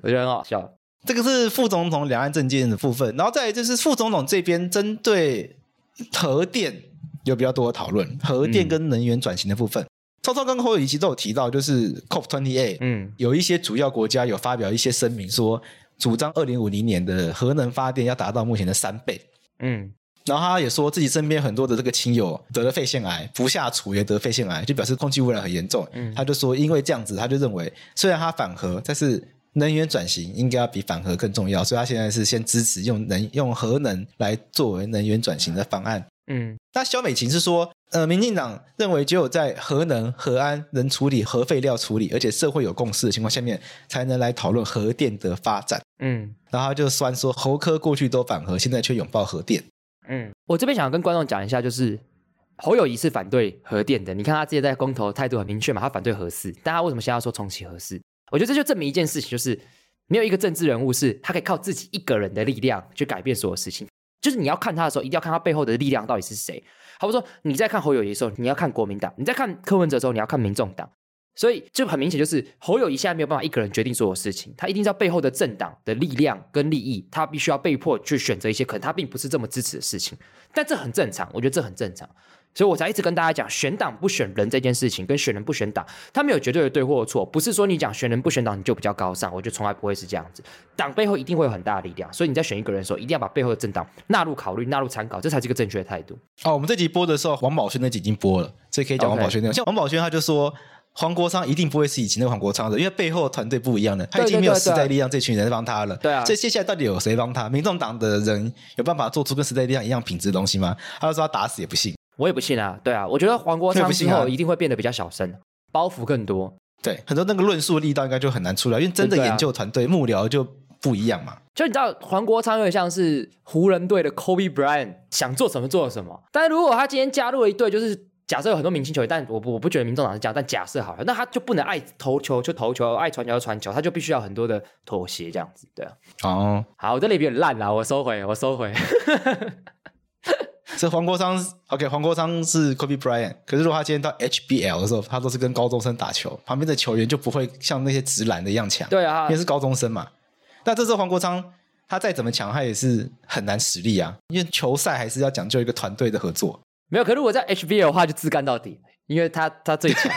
S2: 我觉得很好笑，
S1: 这个是副总统两岸政见的部分，然后再来就是副总统这边针对核电有比较多的讨论，核
S2: 嗯
S1: 电跟能源转型的部分。超超跟侯友谊其实都有提到，就是 COP twenty eight，
S2: 嗯
S1: 有一些主要国家有发表一些声明说，主张二零五零年的核能发电要达到目前的三倍。
S2: 嗯，
S1: 然后他也说自己身边很多的这个亲友得了肺腺癌，不下厨也得肺腺癌，就表示空气污染很严重。
S2: 嗯
S1: 他就说，因为这样子，他就认为虽然他反核，但是能源转型应该要比反核更重要，所以他现在是先支持用能用核能来作为能源转型的方案。
S2: 嗯
S1: 那肖美琴是说，呃，民进党认为只有在核能、核安能处理核废料处理，而且社会有共识的情况下面，才能来讨论核电的发展。
S2: 嗯
S1: 然后他就酸说，侯科过去都反核，现在却拥抱核电。
S2: 嗯，我这边想跟观众讲一下，就是侯友谊是反对核电的，你看他之前在公投态度很明确嘛，他反对核四，但他为什么现在要说重启核四？我觉得这就证明一件事情，就是没有一个政治人物是他可以靠自己一个人的力量去改变所有事情。就是你要看他的时候，一定要看他背后的力量到底是谁。好比说，你在看侯友谊的时候，你要看国民党；你在看柯文哲的时候，你要看民众党。所以就很明显，就是侯友谊现在没有办法一个人决定所有事情，他一定是要背后的政党的力量跟利益，他必须要被迫去选择一些可能他并不是这么支持的事情。但这很正常，我觉得这很正常。所以我才一直跟大家讲，选党不选人这件事情，跟选人不选党，他没有绝对的对或错，不是说你讲选人不选党你就比较高尚，我觉得从来不会是这样子。党背后一定会有很大的力量，所以你在选一个人的时候，一定要把背后的政党纳入考虑、纳入参考，这才是一个正确的态度。
S1: 哦，我们这集播的时候，王宝轩那集已经播了，所以可以讲王
S2: OK
S1: 宝轩那个。像王宝轩他就说。黄国昌一定不会是以前的黄国昌的，因为背后的团队不一样了，他已经没有
S2: 对对对
S1: 时代力量这群人帮他了。
S2: 对啊
S1: 所以接下来到底有谁帮他？民众党的人有办法做出跟时代力量一样品质的东西吗？他就说他打死也不信。
S2: 我也不信啊，对啊，我觉得黄国
S1: 我也
S2: 昌
S1: 不
S2: 之
S1: 信啊
S2: 后一定会变得比较小声，包袱更多。
S1: 对，很多那个论述力道应该就很难出来，因为真的
S2: 对啊
S1: 研究团队、幕僚就不一样嘛。
S2: 就你知道，黄国昌有点像是湖人队的 Kobe Bryant，想做什么做什么。但如果他今天加入了一队，就是假设有很多明星球员，但我不我不觉得民众党是这样，但假设好了，那他就不能爱投球就投球，爱传球就传球，他就必须要很多的妥协这样子，对啊。
S1: 哦，
S2: 好，我这里有点烂啦，我收回，我收回。
S1: 这黄国昌，OK，黄国昌是 Kobe Bryant，可是如果他今天到 HBL 的时候，他都是跟高中生打球，旁边的球员就不会像那些直男的一样强，
S2: 对啊
S1: 因为，是高中生嘛。那这时候黄国昌他再怎么强，他也是很难实力啊，因为球赛还是要讲究一个团队的合作。
S2: 没有。可如果在 HBL 的话，就自干到底，因为他他最强。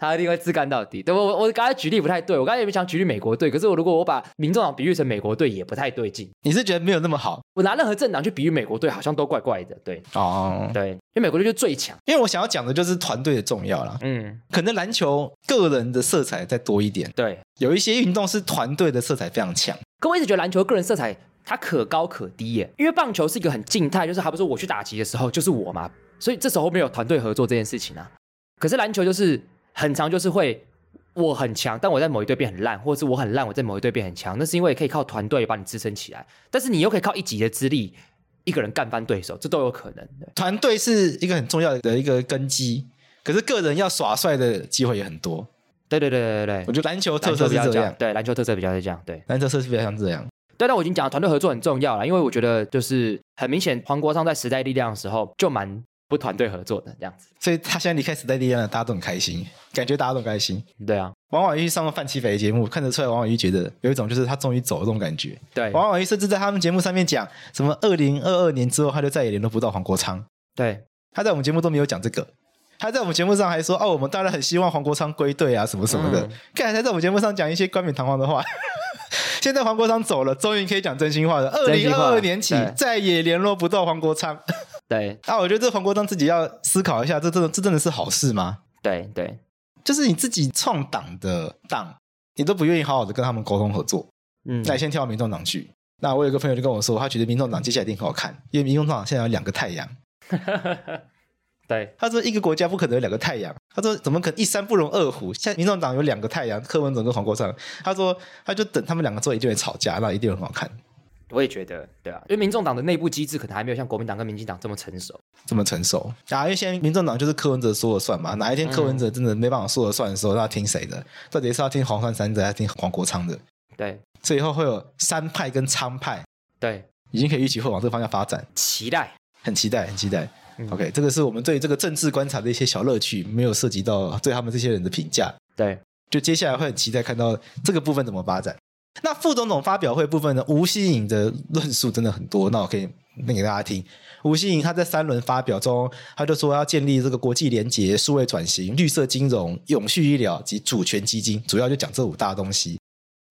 S2: 他一定会自干到底。对，我我我刚才举例不太对，我刚才也想举例美国队，可是我如果我把民众党比喻成美国队，也不太对劲。
S1: 你是觉得没有那么好
S2: 我拿任何政党去比喻美国队，好像都怪怪的。对
S1: 哦？
S2: 对，因为美国队就是最强。
S1: 因为我想要讲的就是团队的重要啦。
S2: 嗯，
S1: 可能篮球个人的色彩再多一点，
S2: 对。
S1: 有一些运动是团队的色彩非常强。
S2: 可我一直觉得篮球个人色彩它可高可低耶，因为棒球是一个很静态，就是好比说我去打击的时候就是我嘛，所以这时候没有团队合作这件事情啊。可是篮球就是很常就是会。我很强，但我在某一队变很烂，或者是我很烂，我在某一队变很强，那是因为可以靠团队把你支撑起来，但是你又可以靠一己的资历，一个人干翻对手，这都有可能的。
S1: 团队是一个很重要的一个根基，可是个人要耍帅的机会也很多。
S2: 对对对对对
S1: 我
S2: 对，
S1: 觉得篮球特
S2: 篮
S1: 色
S2: 球
S1: 是
S2: 比较
S1: 这
S2: 这
S1: 样
S2: 样，，对篮球特色比较是这样，对。
S1: 篮球特色是比较像这样。
S2: 对，但我已经讲了，团队合作很重要了，因为我觉得就是很明显，黄国昌在时代力量的时候就蛮不团队合作的这样子。
S1: 所以他现在离开时代力量了，大家都很开心，感觉大家都很开心。
S2: 对啊，
S1: 王婉玉上过范琪斐的节目，看得出来王婉玉觉得有一种就是他终于走了这种感觉。
S2: 对
S1: 王婉玉甚至在他们节目上面讲，什么二零二二年之后他就再也联络不到黄国昌，
S2: 对
S1: 他在我们节目都没有讲这个。他在我们节目上还说：“哦，我们当然很希望黄国昌归队啊，什么什么的。
S2: 嗯
S1: 看他在我们节目上讲一些冠冕堂皇的话。 现在黄国昌走了，终于可以讲真心话了。二
S2: 真
S1: 零
S2: 心
S1: 二
S2: 话
S1: 二年起
S2: 对，
S1: 再也联络不到黄国昌。
S2: 对
S1: 啊，我觉得这黄国昌自己要思考一下，这真的这真的是好事吗？
S2: 对对
S1: 就是你自己创党的党，你都不愿意好好的跟他们沟通合作，
S2: 嗯，
S1: 那你先跳到民众党去。那我有个朋友就跟我说，他觉得民众党接下来一定很好看，因为民众党现在有两个太阳。
S2: 对
S1: 他说一个国家不可能有两个太阳，他说怎么可能一山不容二虎？现在民众党有两个太阳，柯文哲跟黄国昌。他说他就等他们两个之后一定会吵架，那一定会很好看。
S2: 我也觉得，对啊，因为民众党的内部机制可能还没有像国民党跟民进党这么成熟。
S1: 这么成熟啊！因为现在民众党就是柯文哲说了算嘛，哪一天柯文哲真的没办法说了算的时候，那要听谁的？到底是要听黄珊珊的，还是听黄国昌的？
S2: 对
S1: 所以以后会有山派跟仓派，
S2: 对，
S1: 已经可以预期会往这个方向发展，
S2: 期待。
S1: 很期待，很期待。
S2: 嗯
S1: OK，这个是我们对这个政治观察的一些小乐趣，没有涉及到对他们这些人的评价。
S2: 对，
S1: 就接下来会很期待看到这个部分怎么发展。那副总统发表会部分呢，吴希颖的论述真的很多，那我可以念给大家听。吴希颖他在三轮发表中，他就说要建立这个国际联结、数位转型、绿色金融、永续医疗及主权基金，主要就讲这五大东西。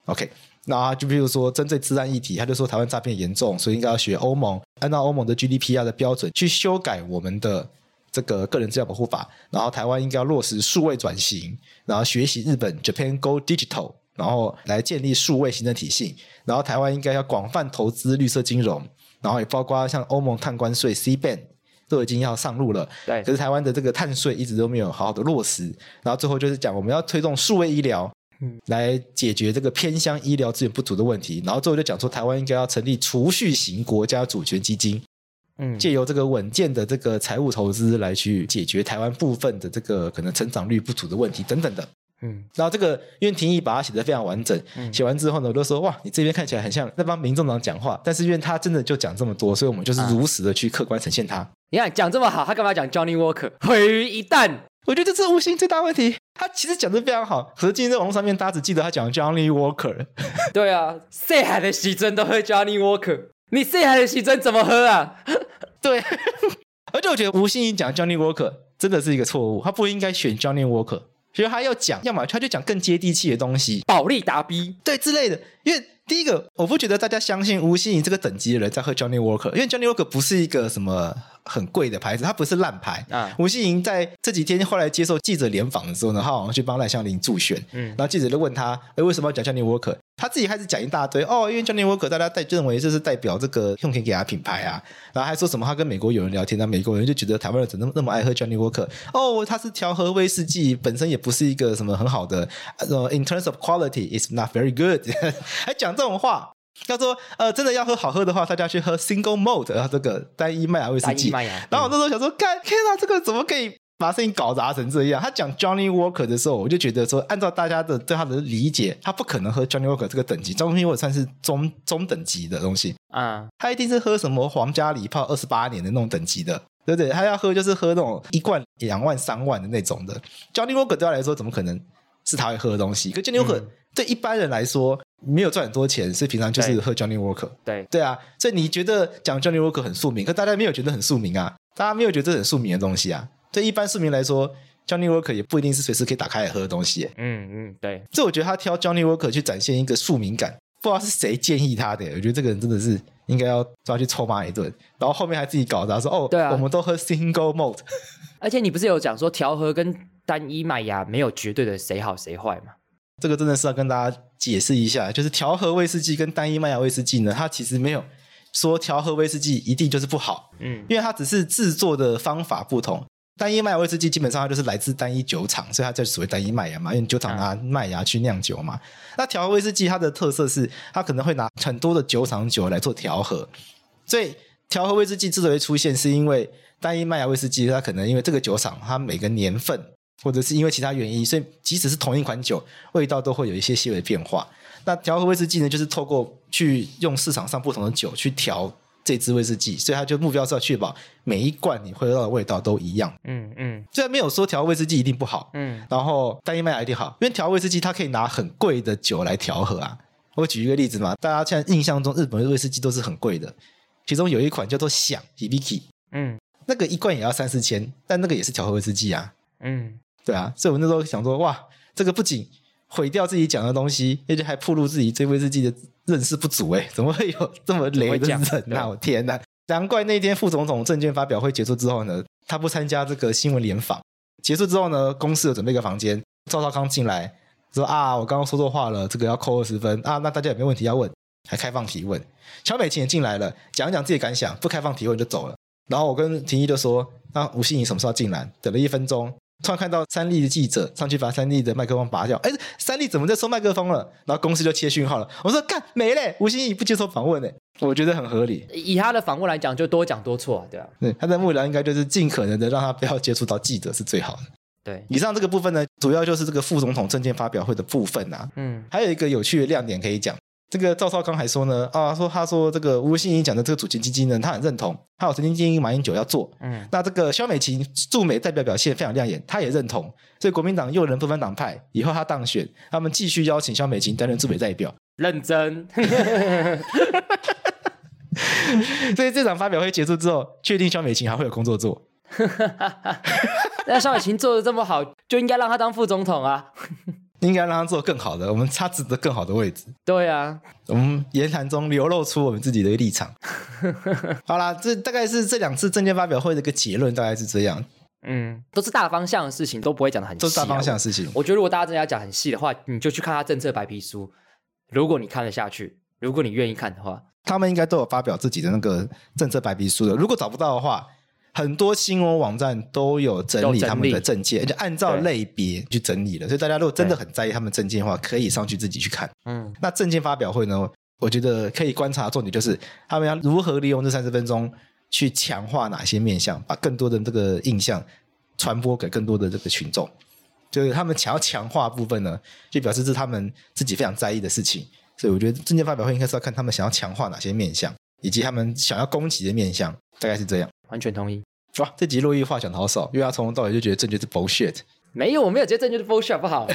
S1: OK，那就比如说针对治安议题，他就说台湾诈骗严重，所以应该要学欧盟，按照欧盟的 GDPR 的标准去修改我们的这个个人资料保护法，然后台湾应该要落实数位转型，然后学习日本 Japan Go Digital，然后来建立数位行政体系，然后台湾应该要广泛投资绿色金融，然后也包括像欧盟碳关税 C ban 都已经要上路了，
S2: 对
S1: 可是台湾的这个碳税一直都没有好好的落实，然后最后就是讲我们要推动数位医疗，
S2: 嗯
S1: 来解决这个偏乡医疗资源不足的问题，然后最后就讲说台湾应该要成立储蓄型国家主权基金，
S2: 嗯，
S1: 借由这个稳健的这个财务投资来去解决台湾部分的这个可能成长率不足的问题等等的。
S2: 嗯
S1: 然后这个因为庭议把它写得非常完整，
S2: 嗯
S1: 写完之后呢，我就说哇，你这边看起来很像在帮民众党讲话，但是因为他真的就讲这么多，所以我们就是如实的去客观呈现它。
S2: 你看讲这么好，他干嘛讲 Johnny Walker 毁于一旦？
S1: 我觉得这是吴昕最大问题，他其实讲的非常好，可是今天在网络上面大家只记得他讲 Johnny Walker，
S2: 对啊，谁海的西珍都喝 Johnny Walker，你谁海的西珍怎么喝啊？
S1: 对，而且我觉得吴欣怡讲 Johnny Walker 真的是一个错误，他不应该选 Johnny Walker，觉得他要讲，要么他就讲更接地气的东西，
S2: 保利达 B，
S1: 对之类的。因为第一个，我不觉得大家相信吴欣怡这个等级的人在喝 Johnny Walker，因为 Johnny Walker 不是一个什么很贵的牌子，它不是烂牌。
S2: 啊
S1: 吴欣怡在这几天后来接受记者联访的时候呢，他好像去帮赖香林助选，
S2: 嗯
S1: 然后记者就问他，哎，为什么要讲 Johnny Walker？他自己开始讲一大堆，哦，因为 Johnny Walker 大家代认为这是代表这个用钱给他品牌啊，然后还说什么他跟美国友人聊天，那美国人就觉得台湾人怎么那么那么爱喝 Johnny Walker？哦，他是调和威士忌，本身也不是一个什么很好的，呃，in terms of quality is t not very good，还 讲这种话。他说：“呃，真的要喝好喝的话，大家去喝 single malt，然后这个单一麦啊芽威士
S2: 单一
S1: 忌。
S2: 麦芽。
S1: 然后我那时候想说，干天啊哪，这个怎么可以把事情搞砸成这样？他讲 Johnny Walker 的时候，我就觉得说，按照大家的对他的理解，他不可能喝 Johnny Walker 这个等级，Johnny Walker 算是中中等级的东西，
S2: 啊，
S1: 他一定是喝什么皇家礼炮二十八年的那种等级的。对不对？他要喝就是喝那种一罐两万三万的那种的，Johnny Walker 对他来说怎么可能是他会喝的东西？可 Johnny Walker
S2: 嗯
S1: 对一般人来说没有赚很多钱，所以平常就是
S2: 对
S1: 喝 Johnny Walker。
S2: 对
S1: 对啊，所以你觉得讲 Johnny Walker 很庶民，可大家没有觉得很庶民啊，大家没有觉得这是很庶民的东西啊。对一般庶民来说，Johnny Walker 也不一定是随时可以打开来喝的东西耶。
S2: 嗯嗯对，
S1: 这我觉得他挑 Johnny Walker 去展现一个庶民感，不知道是谁建议他的耶。我觉得这个人真的是应该要抓去臭骂一顿，然后后面还自己搞砸说哦，
S2: 对啊
S1: 我们都喝 Single Malt，
S2: 而且你不是有讲说调和跟单一麦芽没有绝对的谁好谁坏吗？
S1: 这个真的是要跟大家解释一下，就是调和威士忌跟单一麦芽威士忌呢，它其实没有说调和威士忌一定就是不好，
S2: 嗯
S1: 因为它只是制作的方法不同。单一麦芽威士忌基本上它就是来自单一酒厂，所以它叫所谓单一麦芽嘛，因为酒厂拿麦芽去酿酒嘛。那调和威士忌它的特色是，它可能会拿很多的酒厂酒来做调和，所以调和威士忌之所以出现，是因为单一麦芽威士忌它可能因为这个酒厂它每个年份或者是因为其他原因，所以即使是同一款酒，味道都会有一些些微变化。那调和威士忌呢，就是透过去用市场上不同的酒去调这支威士忌，所以它就目标是要确保每一罐你喝到的味道都一样。
S2: 嗯嗯
S1: 虽然没有说调和威士忌一定不好，
S2: 嗯
S1: 然后单一麦芽一定好，因为调和威士忌它可以拿很贵的酒来调和啊。我举一个例子嘛，大家现在印象中日本的威士忌都是很贵的，其中有一款叫做响 （Hibiki），
S2: 嗯
S1: 那个一罐也要三四千，但那个也是调和威士忌啊。
S2: 嗯，
S1: 对啊，所以我那时候想说，哇，这个不仅毁掉自己讲的东西，而且还暴露自己对威士忌的认识不足、欸，哎，怎么会有这么雷的
S2: 怎么会
S1: 人
S2: 这
S1: 呐、
S2: 样
S1: 我 天呐！难怪那天副总统证券发表会结束之后呢，他不参加这个新闻联访。结束之后呢，公司有准备一个房间，赵少康进来说啊，我刚刚说错话了，这个要扣二十分啊。那大家有没有问题要问？还开放提问。小美琴也进来了，讲一讲自己的感想，不开放提问就走了。然后我跟婷一就说：“那吴欣怡什么时候进来？”等了一分钟，突然看到三立的记者上去把三立的麦克风拔掉。哎，三立怎么在收麦克风了？然后公司就切讯号了。我说：“干没嘞，吴欣怡不接受访问嘞。”我觉得很合理。
S2: 以他的访问来讲，就多讲多错，啊对吧、
S1: 对，他在幕僚应该就是尽可能的让他不要接触到记者是最好的。
S2: 对，
S1: 以上这个部分呢，主要就是这个副总统证件发表会的部分啊。
S2: 嗯
S1: 还有一个有趣的亮点可以讲。这个赵少康还说呢，啊，说他说这个吴欣怡讲的这个主权基金呢，他很认同，他有曾经建议马英九要做，
S2: 嗯
S1: 那这个肖美琴驻美代表表现非常亮眼，她也认同，所以国民党又能不分党派，以后她当选，他们继续邀请肖美琴担任驻美代表。
S2: 认真，
S1: 所以这场发表会结束之后，确定肖美琴还会有工作做。
S2: 那邵雨晴做的这么好，就应该让他当副总统啊。
S1: 应该让她做更好的，我们她值得更好的位置。
S2: 对啊，
S1: 我们言谈中流露出我们自己的立场。好啦，这大概是这两次证件发表会的一个结论，大概是这样，
S2: 嗯，都是大方向的事情，都不会讲的很细、啊。
S1: 都是大方向的事情。
S2: 我觉得如果大家真的要讲很细的话，你就去看他政策白皮书。如果你看得下去，如果你愿意看的话，
S1: 他们应该都有发表自己的那个政策白皮书的。如果找不到的话，很多新闻网站都有整理
S2: 有整理
S1: 他们的证件，而且按照类别去整理了。所以大家如果真的很在意他们证件的话，可以上去自己去看。
S2: 嗯
S1: 那证件发表会呢，我觉得可以观察重点就是他们要如何利用这三十分钟去强化哪些面向，把更多的这个印象传播给更多的这个群众。就是他们想要强化部分呢，就表示是他们自己非常在意的事情。所以我觉得证件发表会应该是要看他们想要强化哪些面向，以及他们想要攻击的面向，大概是这样。
S2: 完全同意。
S1: 哇，这集洛伊话讲的好少，因为他从头到尾就觉得证件是 bullshit。
S2: 没有，我没有直接正确的 bullshit 不好。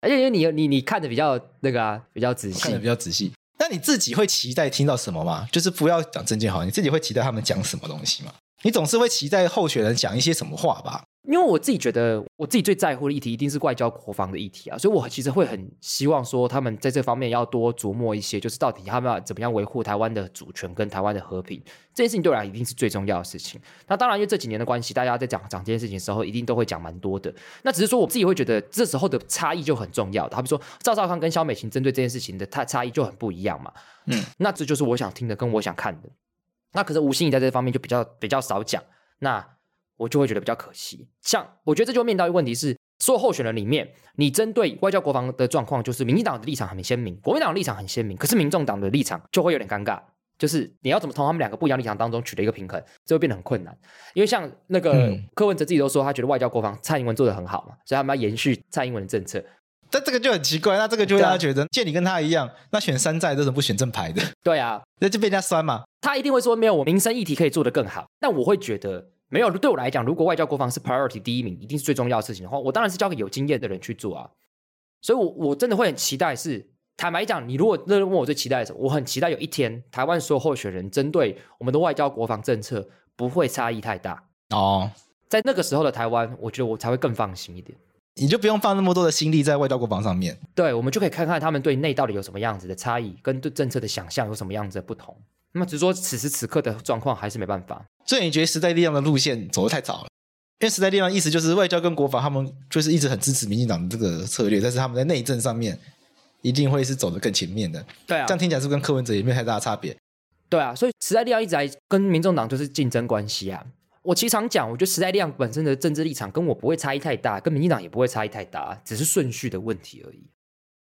S2: 而且因为你你你看的比较那个啊，比较仔
S1: 看
S2: 细
S1: 的比。较仔细。那你自己会期待听到什么吗？就是不要讲证件好，你自己会期待他们讲什么东西吗？你总是会期待候选人讲一些什么话吧？
S2: 因为我自己觉得，我自己最在乎的议题一定是外交国防的议题啊，所以我其实会很希望说，他们在这方面要多琢磨一些，就是到底他们要怎么样维护台湾的主权跟台湾的和平，这件事情对我来讲一定是最重要的事情。那当然，因为这几年的关系，大家在讲讲这件事情的时候，一定都会讲蛮多的。那只是说我自己会觉得，这时候的差异就很重要的。好比说，赵少康跟肖美琴针对这件事情的差差异就很不一样嘛。
S1: 嗯，
S2: 那这就是我想听的跟我想看的。那可是吴欣怡在这方面就比较比较少讲，那我就会觉得比较可惜。像我觉得这就面到一个问题是，所有候选人里面，你针对外交国防的状况，就是民进党的立场很鲜明，国民党的立场很鲜明，可是民众党的立场就会有点尴尬。就是你要怎么从他们两个不一样立场当中取得一个平衡，这会变得很困难。因为像那个
S1: 嗯
S2: 柯文哲自己都说，他觉得外交国防蔡英文做的很好嘛，所以他们要延续蔡英文的政策。
S1: 但这个就很奇怪，那这个就会让他觉得，见你跟他一样，那选山寨都是不选正牌的，
S2: 对啊，
S1: 那就被人家酸嘛。
S2: 他一定会说没有，我民生议题可以做得更好。但我会觉得没有，对我来讲，如果外交国防是 priority 第一名，一定是最重要的事情的话，我当然是交给有经验的人去做啊。所以我，我真的会很期待是，坦白讲，你如果认真问我最期待的是什么，我很期待有一天台湾所有候选人针对我们的外交国防政策不会差异太大，
S1: 哦，
S2: 在那个时候的台湾，我觉得我才会更放心一点。
S1: 你就不用放那么多的心力在外交国防上面。
S2: 对，我们就可以看看他们对内到底有什么样子的差异，跟对政策的想象有什么样子的不同。那么只是说此时此刻的状况还是没办法。
S1: 所以你觉得时代力量的路线走得太早了？因为时代力量意思就是外交跟国防，他们就是一直很支持民进党的这个策略，但是他们在内政上面一定会是走得更前面的。
S2: 对啊
S1: 这样听起来是不是跟柯文哲也没有太大的差别。
S2: 对啊，所以时代力量一直来跟民众党就是竞争关系啊。我其实常讲，我觉得时代力量本身的政治立场跟我不会差异太大，跟民进党也不会差异太大，只是顺序的问题而已。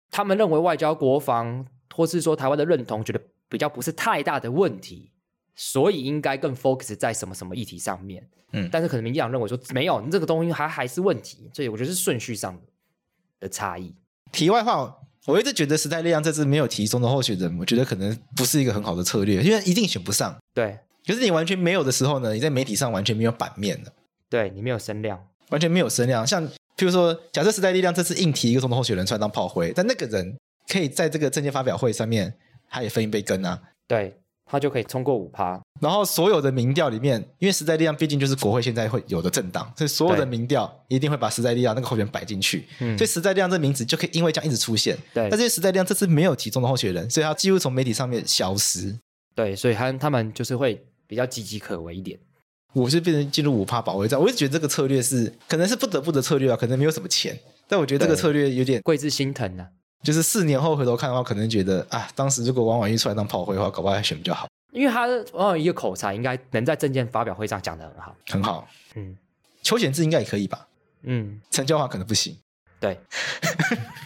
S2: 他们认为外交、国防，或是说台湾的认同，觉得比较不是太大的问题，所以应该更 focus 在什么什么议题上面。
S1: 嗯
S2: 但是可能民进党认为说没有这个东西还还是问题，所以我觉得是顺序上的的差异。
S1: 题外话，我一直觉得时代力量这次没有提中的候选人，我觉得可能不是一个很好的策略，因为一定选不上。
S2: 对
S1: 可是你完全没有的时候呢，你在媒体上完全没有版面的，
S2: 对，你没有声量，
S1: 完全没有声量。像譬如说，假设时代力量这次硬提一个总统候选人出来当炮灰，但那个人可以在这个政见发表会上面，他也分一杯羹啊。
S2: 对他就可以冲过五趴。
S1: 然后所有的民调里面，因为时代力量毕竟就是国会现在会有的政党，所以所有的
S2: 对
S1: 民调一定会把时代力量那个候选人摆进去。
S2: 嗯
S1: 所以时代力量这名字就可以因为这样一直出现。
S2: 对
S1: 但是因为时代力量这次没有提中的候选人，所以他几乎从媒体上面消失。
S2: 对，所以他他们就是会比较岌岌可危一点。
S1: 我是变成进入五趴保卫战，我就觉得这个策略是可能是不得不的策略啊，可能没有什么钱，但我觉得这个
S2: 对
S1: 策略有点，
S2: 桂枝心疼啊，
S1: 就是四年后回头看的话，可能觉得啊，当时如果王婉玉出来当炮灰的话，搞不好还选比较好，
S2: 因为他往往一个口才应该能在证件发表会上讲得很好。
S1: 很好。
S2: 嗯
S1: 邱显志应该也可以吧，
S2: 嗯，
S1: 陈椒华可能不行，
S2: 对，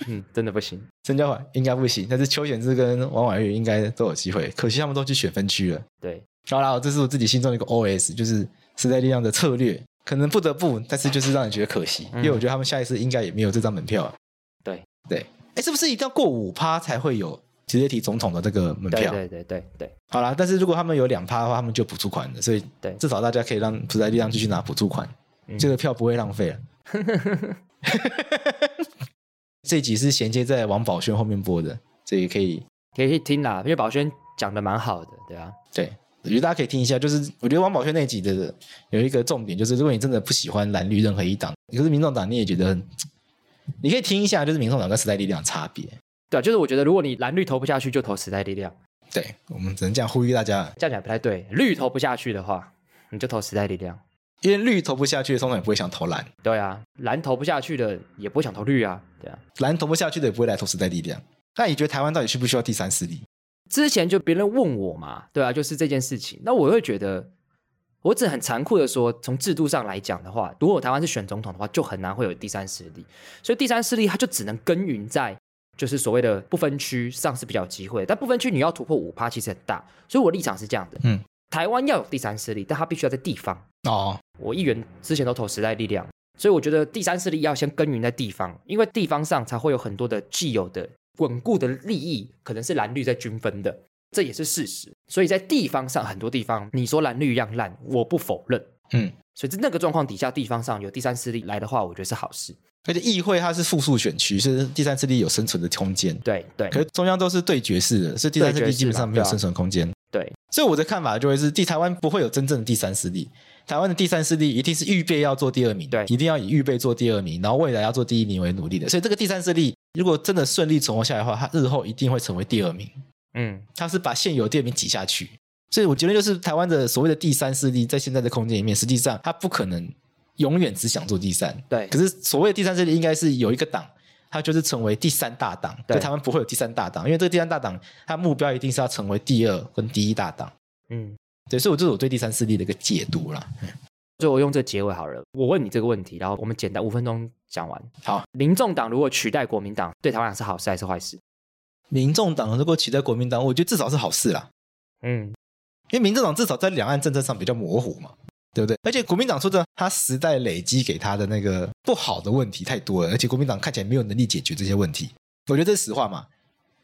S2: 嗯，真的不行。
S1: 陈椒华应该不行，但是邱显志跟王婉玉应该都有机会，可惜他们都去选分区了。
S2: 对，
S1: 好啦，这是我自己心中的一个 OS，就是时代力量的策略，可能不得不，但是就是让人觉得可惜，因为我觉得他们下一次应该也没有这张门票、啊。
S2: 嗯对
S1: 对，哎，是不是一定要过五趴才会有直接提总统的这个门
S2: 对
S1: 票？
S2: 对对对对
S1: 好啦，但是如果他们有两趴的话，他们就补助款了，所以
S2: 对
S1: 至少大家可以让时代力量继续拿补助款，
S2: 嗯
S1: 这个票不会浪 费了。啊这一集是衔接在王宝轩后面播的，这也可以
S2: 可以去听啦，因为宝轩讲的蛮好的，对啊，
S1: 对，我觉得大家可以听一下，就是我觉得王宝轩那集的有一个重点，就是如果你真的不喜欢蓝绿任何一党，可是民众党你也觉得很，你可以听一下，就是民众党跟时代力量的差别。
S2: 对啊，就是我觉得如果你蓝绿投不下去，就投时代力量，
S1: 对我们只能这样呼吁大家，
S2: 这样讲不太对。绿投不下去的话，你就投时代力量。
S1: 因为绿投不下去，通常也不会想投蓝，
S2: 对啊，蓝投不下去的也不会想投绿啊，对啊。
S1: 蓝投不下去的也不会来投时代力量。那你觉得台湾到底需不需要第三势力？
S2: 之前就别人问我嘛，对啊，就是这件事情。那我会觉得，我只很残酷的说，从制度上来讲的话，如果台湾是选总统的话，就很难会有第三势力。所以第三势力它就只能耕耘在就是所谓的不分区上是比较有机会，但不分区你要突破五趴其实很大。所以我立场是这样的，
S1: 嗯，
S2: 台湾要有第三势力，但它必须要在地方。
S1: 哦，
S2: 我议员之前都投时代力量，所以我觉得第三势力要先耕耘在地方，因为地方上才会有很多的既有的稳固的利益，可能是蓝绿在均分的，这也是事实。所以在地方上，很多地方你说蓝绿一样烂，我不否认。
S1: 嗯，
S2: 所以在那个状况底下，地方上有第三势力来的话，我觉得是好事。
S1: 而且议会它是复数选区，是第三势力有生存的空间。
S2: 对对
S1: 可是中央都是对决式的，所以第三势力基本上没有生存空间。
S2: 啊对
S1: 所以我的看法就会是，第台湾不会有真正的第三势力。台湾的第三势力一定是预备要做第二名，
S2: 对
S1: 一定要以预备做第二名，然后未来要做第一名为努力的。所以这个第三势力如果真的顺利存活下来的话，它日后一定会成为第二名。
S2: 嗯，
S1: 它是把现有第二名挤下去。所以我觉得就是台湾的所谓的第三势力，在现在的空间里面，实际上它不可能永远只想做第三。
S2: 对
S1: 可是所谓的第三势力，应该是有一个党，它就是成为第三大党。
S2: 对
S1: 就台湾不会有第三大党，因为这个第三大党，它目标一定是要成为第二跟第一大党。
S2: 嗯，
S1: 对，所以我这是我对第三势力的一个解读啦。
S2: 所以我用这结尾好了。我问你这个问题，然后我们简单五分钟讲完。
S1: 好，
S2: 民众党如果取代国民党，对台湾是好事还是坏事？
S1: 民众党如果取代国民党，我觉得至少是好事啦，
S2: 嗯，
S1: 因为民众党至少在两岸政策上比较模糊嘛，对不对？而且国民党说真的，他时代累积给他的那个不好的问题太多了，而且国民党看起来没有能力解决这些问题，我觉得这是实话嘛。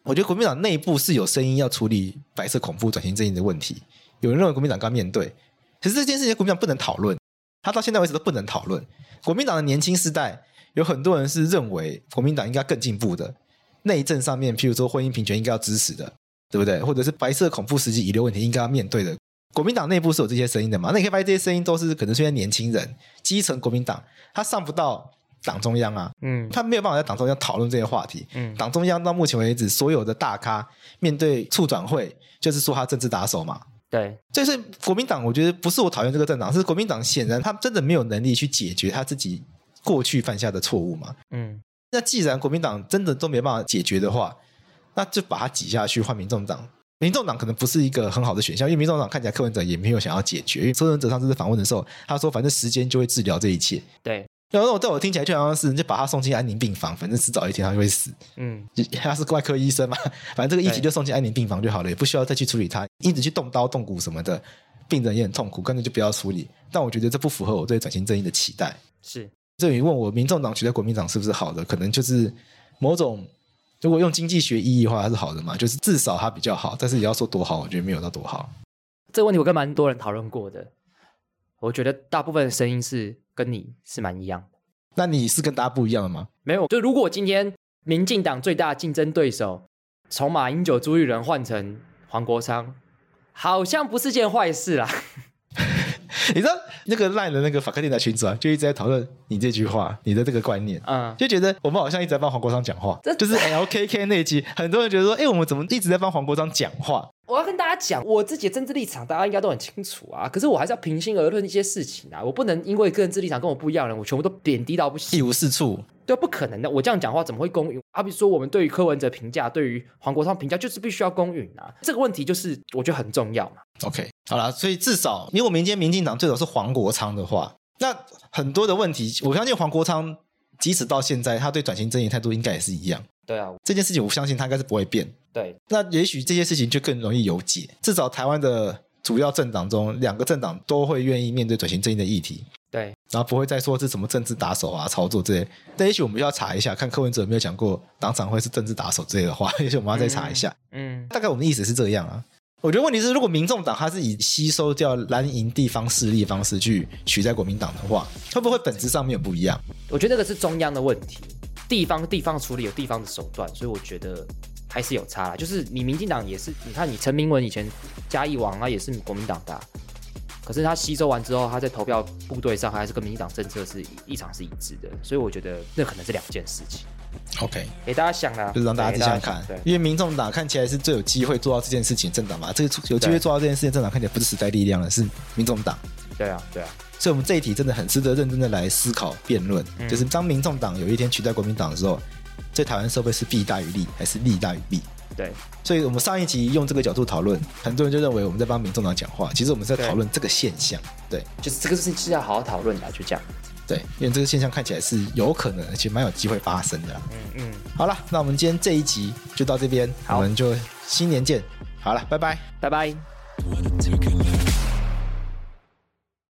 S1: 我觉得国民党内部是有声音要处理白色恐怖、转型正义的问题，有人认为国民党该面对，可是这件事情国民党不能讨论，他到现在为止都不能讨论。国民党的年轻世代有很多人是认为国民党应该更进步的，内政上面，譬如说婚姻平权应该要支持的，对不对？或者是白色恐怖时期遗留问题应该要面对的。国民党内部是有这些声音的嘛？那你可以发现这些声音都是可能是因为年轻人、基层国民党，他上不到党中央啊，
S2: 嗯
S1: 他没有办法在党中央讨论这些话题。
S2: 嗯
S1: 党中央到目前为止，所有的大咖面对促转会，就是说他政治打手嘛，
S2: 对，
S1: 就是国民党，我觉得不是我讨厌这个政党，是国民党显然他真的没有能力去解决他自己过去犯下的错误嘛。
S2: 嗯
S1: 那既然国民党真的都没办法解决的话，那就把它挤下去换民众党，民众党可能不是一个很好的选项，因为民众党看起来柯文哲也没有想要解决。因为柯文哲上次在访问的时候，他说反正时间就会治疗这一切。
S2: 对，
S1: 然后在我听起来就好像是你就把他送进安宁病房，反正迟早一天他就会死。
S2: 嗯，
S1: 就他是外科医生嘛，反正这个议题就送进安宁病房就好了，也不需要再去处理它，一直去动刀动骨什么的，病人也很痛苦，干脆就不要处理。但我觉得这不符合我对转型正义的期待。
S2: 是
S1: 这你问我，民众党取代国民党是不是好的？可能就是某种，如果用经济学意义的话，它是好的嘛，就是至少它比较好。但是也要说多好，我觉得没有到多好。
S2: 这个问题我跟蛮多人讨论过的，我觉得大部分的声音是跟你是蛮一样的。
S1: 那你是跟大家不一样的吗？
S2: 没有，就如果今天民进党最大的竞争对手从马英九、朱立伦换成黄国昌，好像不是件坏事啦。
S1: 你知道那个赖的那个法克利的群组啊，就一直在讨论你这句话，你的这个观念。
S2: 嗯，
S1: 就觉得我们好像一直在帮黄国昌讲话
S2: 这，
S1: 就是 LKK 那一集，很多人觉得说，哎、我们怎么一直在帮黄国昌讲话？
S2: 我要跟大家讲我自己的政治立场，大家应该都很清楚啊。可是我还是要平心而论一些事情啊，我不能因为个人治立场跟我不一样的人，我全部都贬低到不行。
S1: 一无是处，
S2: 对，不可能的。我这样讲话怎么会公允？好比说，我们对于柯文哲评价，对于黄国昌评价，就是必须要公允啊。这个问题就是我觉得很重要嘛。
S1: OK，好啦，所以至少如果民间民进党最早是黄国昌的话，那很多的问题，我相信黄国昌即使到现在，他对转型正义态度应该也是一样。
S2: 对啊，
S1: 这件事情我相信他应该是不会变。
S2: 对，
S1: 那也许这些事情就更容易有解。至少台湾的主要政党中，两个政党都会愿意面对转型正义的议题，
S2: 对，
S1: 然后不会再说是什么政治打手啊、操作这些。但也许我们就要查一下，看柯文哲有没有讲过党产会是政治打手之类的话， 也许我们要再查一下。
S2: 嗯，
S1: 大概我们的意思是这样啊。我觉得问题是，如果民众党它是以吸收掉蓝营地方势力的方式去取代国民党的话，会不会本质上面有不一样？
S2: 我觉得那个是中央的问题，地方地方处理有地方的手段，所以我觉得还是有差啦。就是你民进党也是，你看你陈明文以前嘉义王啊，也是国民党的啊、可是他吸收完之后，他在投票部队上还是跟民进党政策是立场是一致的，所以我觉得那可能是两件事情。
S1: OK，
S2: 给大家想啦，
S1: 就是让大家
S2: 对
S1: 自己想看
S2: 对，，
S1: 因为民众党看起来是最有机会做到这件事情的政党嘛，这个有机会做到这件事情的政党看起来不是时代力量了，是民众党。
S2: 对啊，对啊，
S1: 所以，我们这一题真的很值得认真的来思考辩论，
S2: 嗯
S1: 就是当民众党有一天取代国民党的时候，对台湾社会是弊大于利，还是利大于弊？
S2: 对。
S1: 所以我们上一集用这个角度讨论，很多人就认为我们在帮民众党讲话，其实我们在讨论这个现象，对
S2: 就是这个事情是要好好讨论的啊，就这样。
S1: 对，因为这个现象看起来是有可能，而且蛮有机会发生的啦。
S2: 嗯嗯，
S1: 好了，那我们今天这一集就到这边，
S2: 好
S1: 我们就新年见。好了，拜拜。
S2: 拜拜。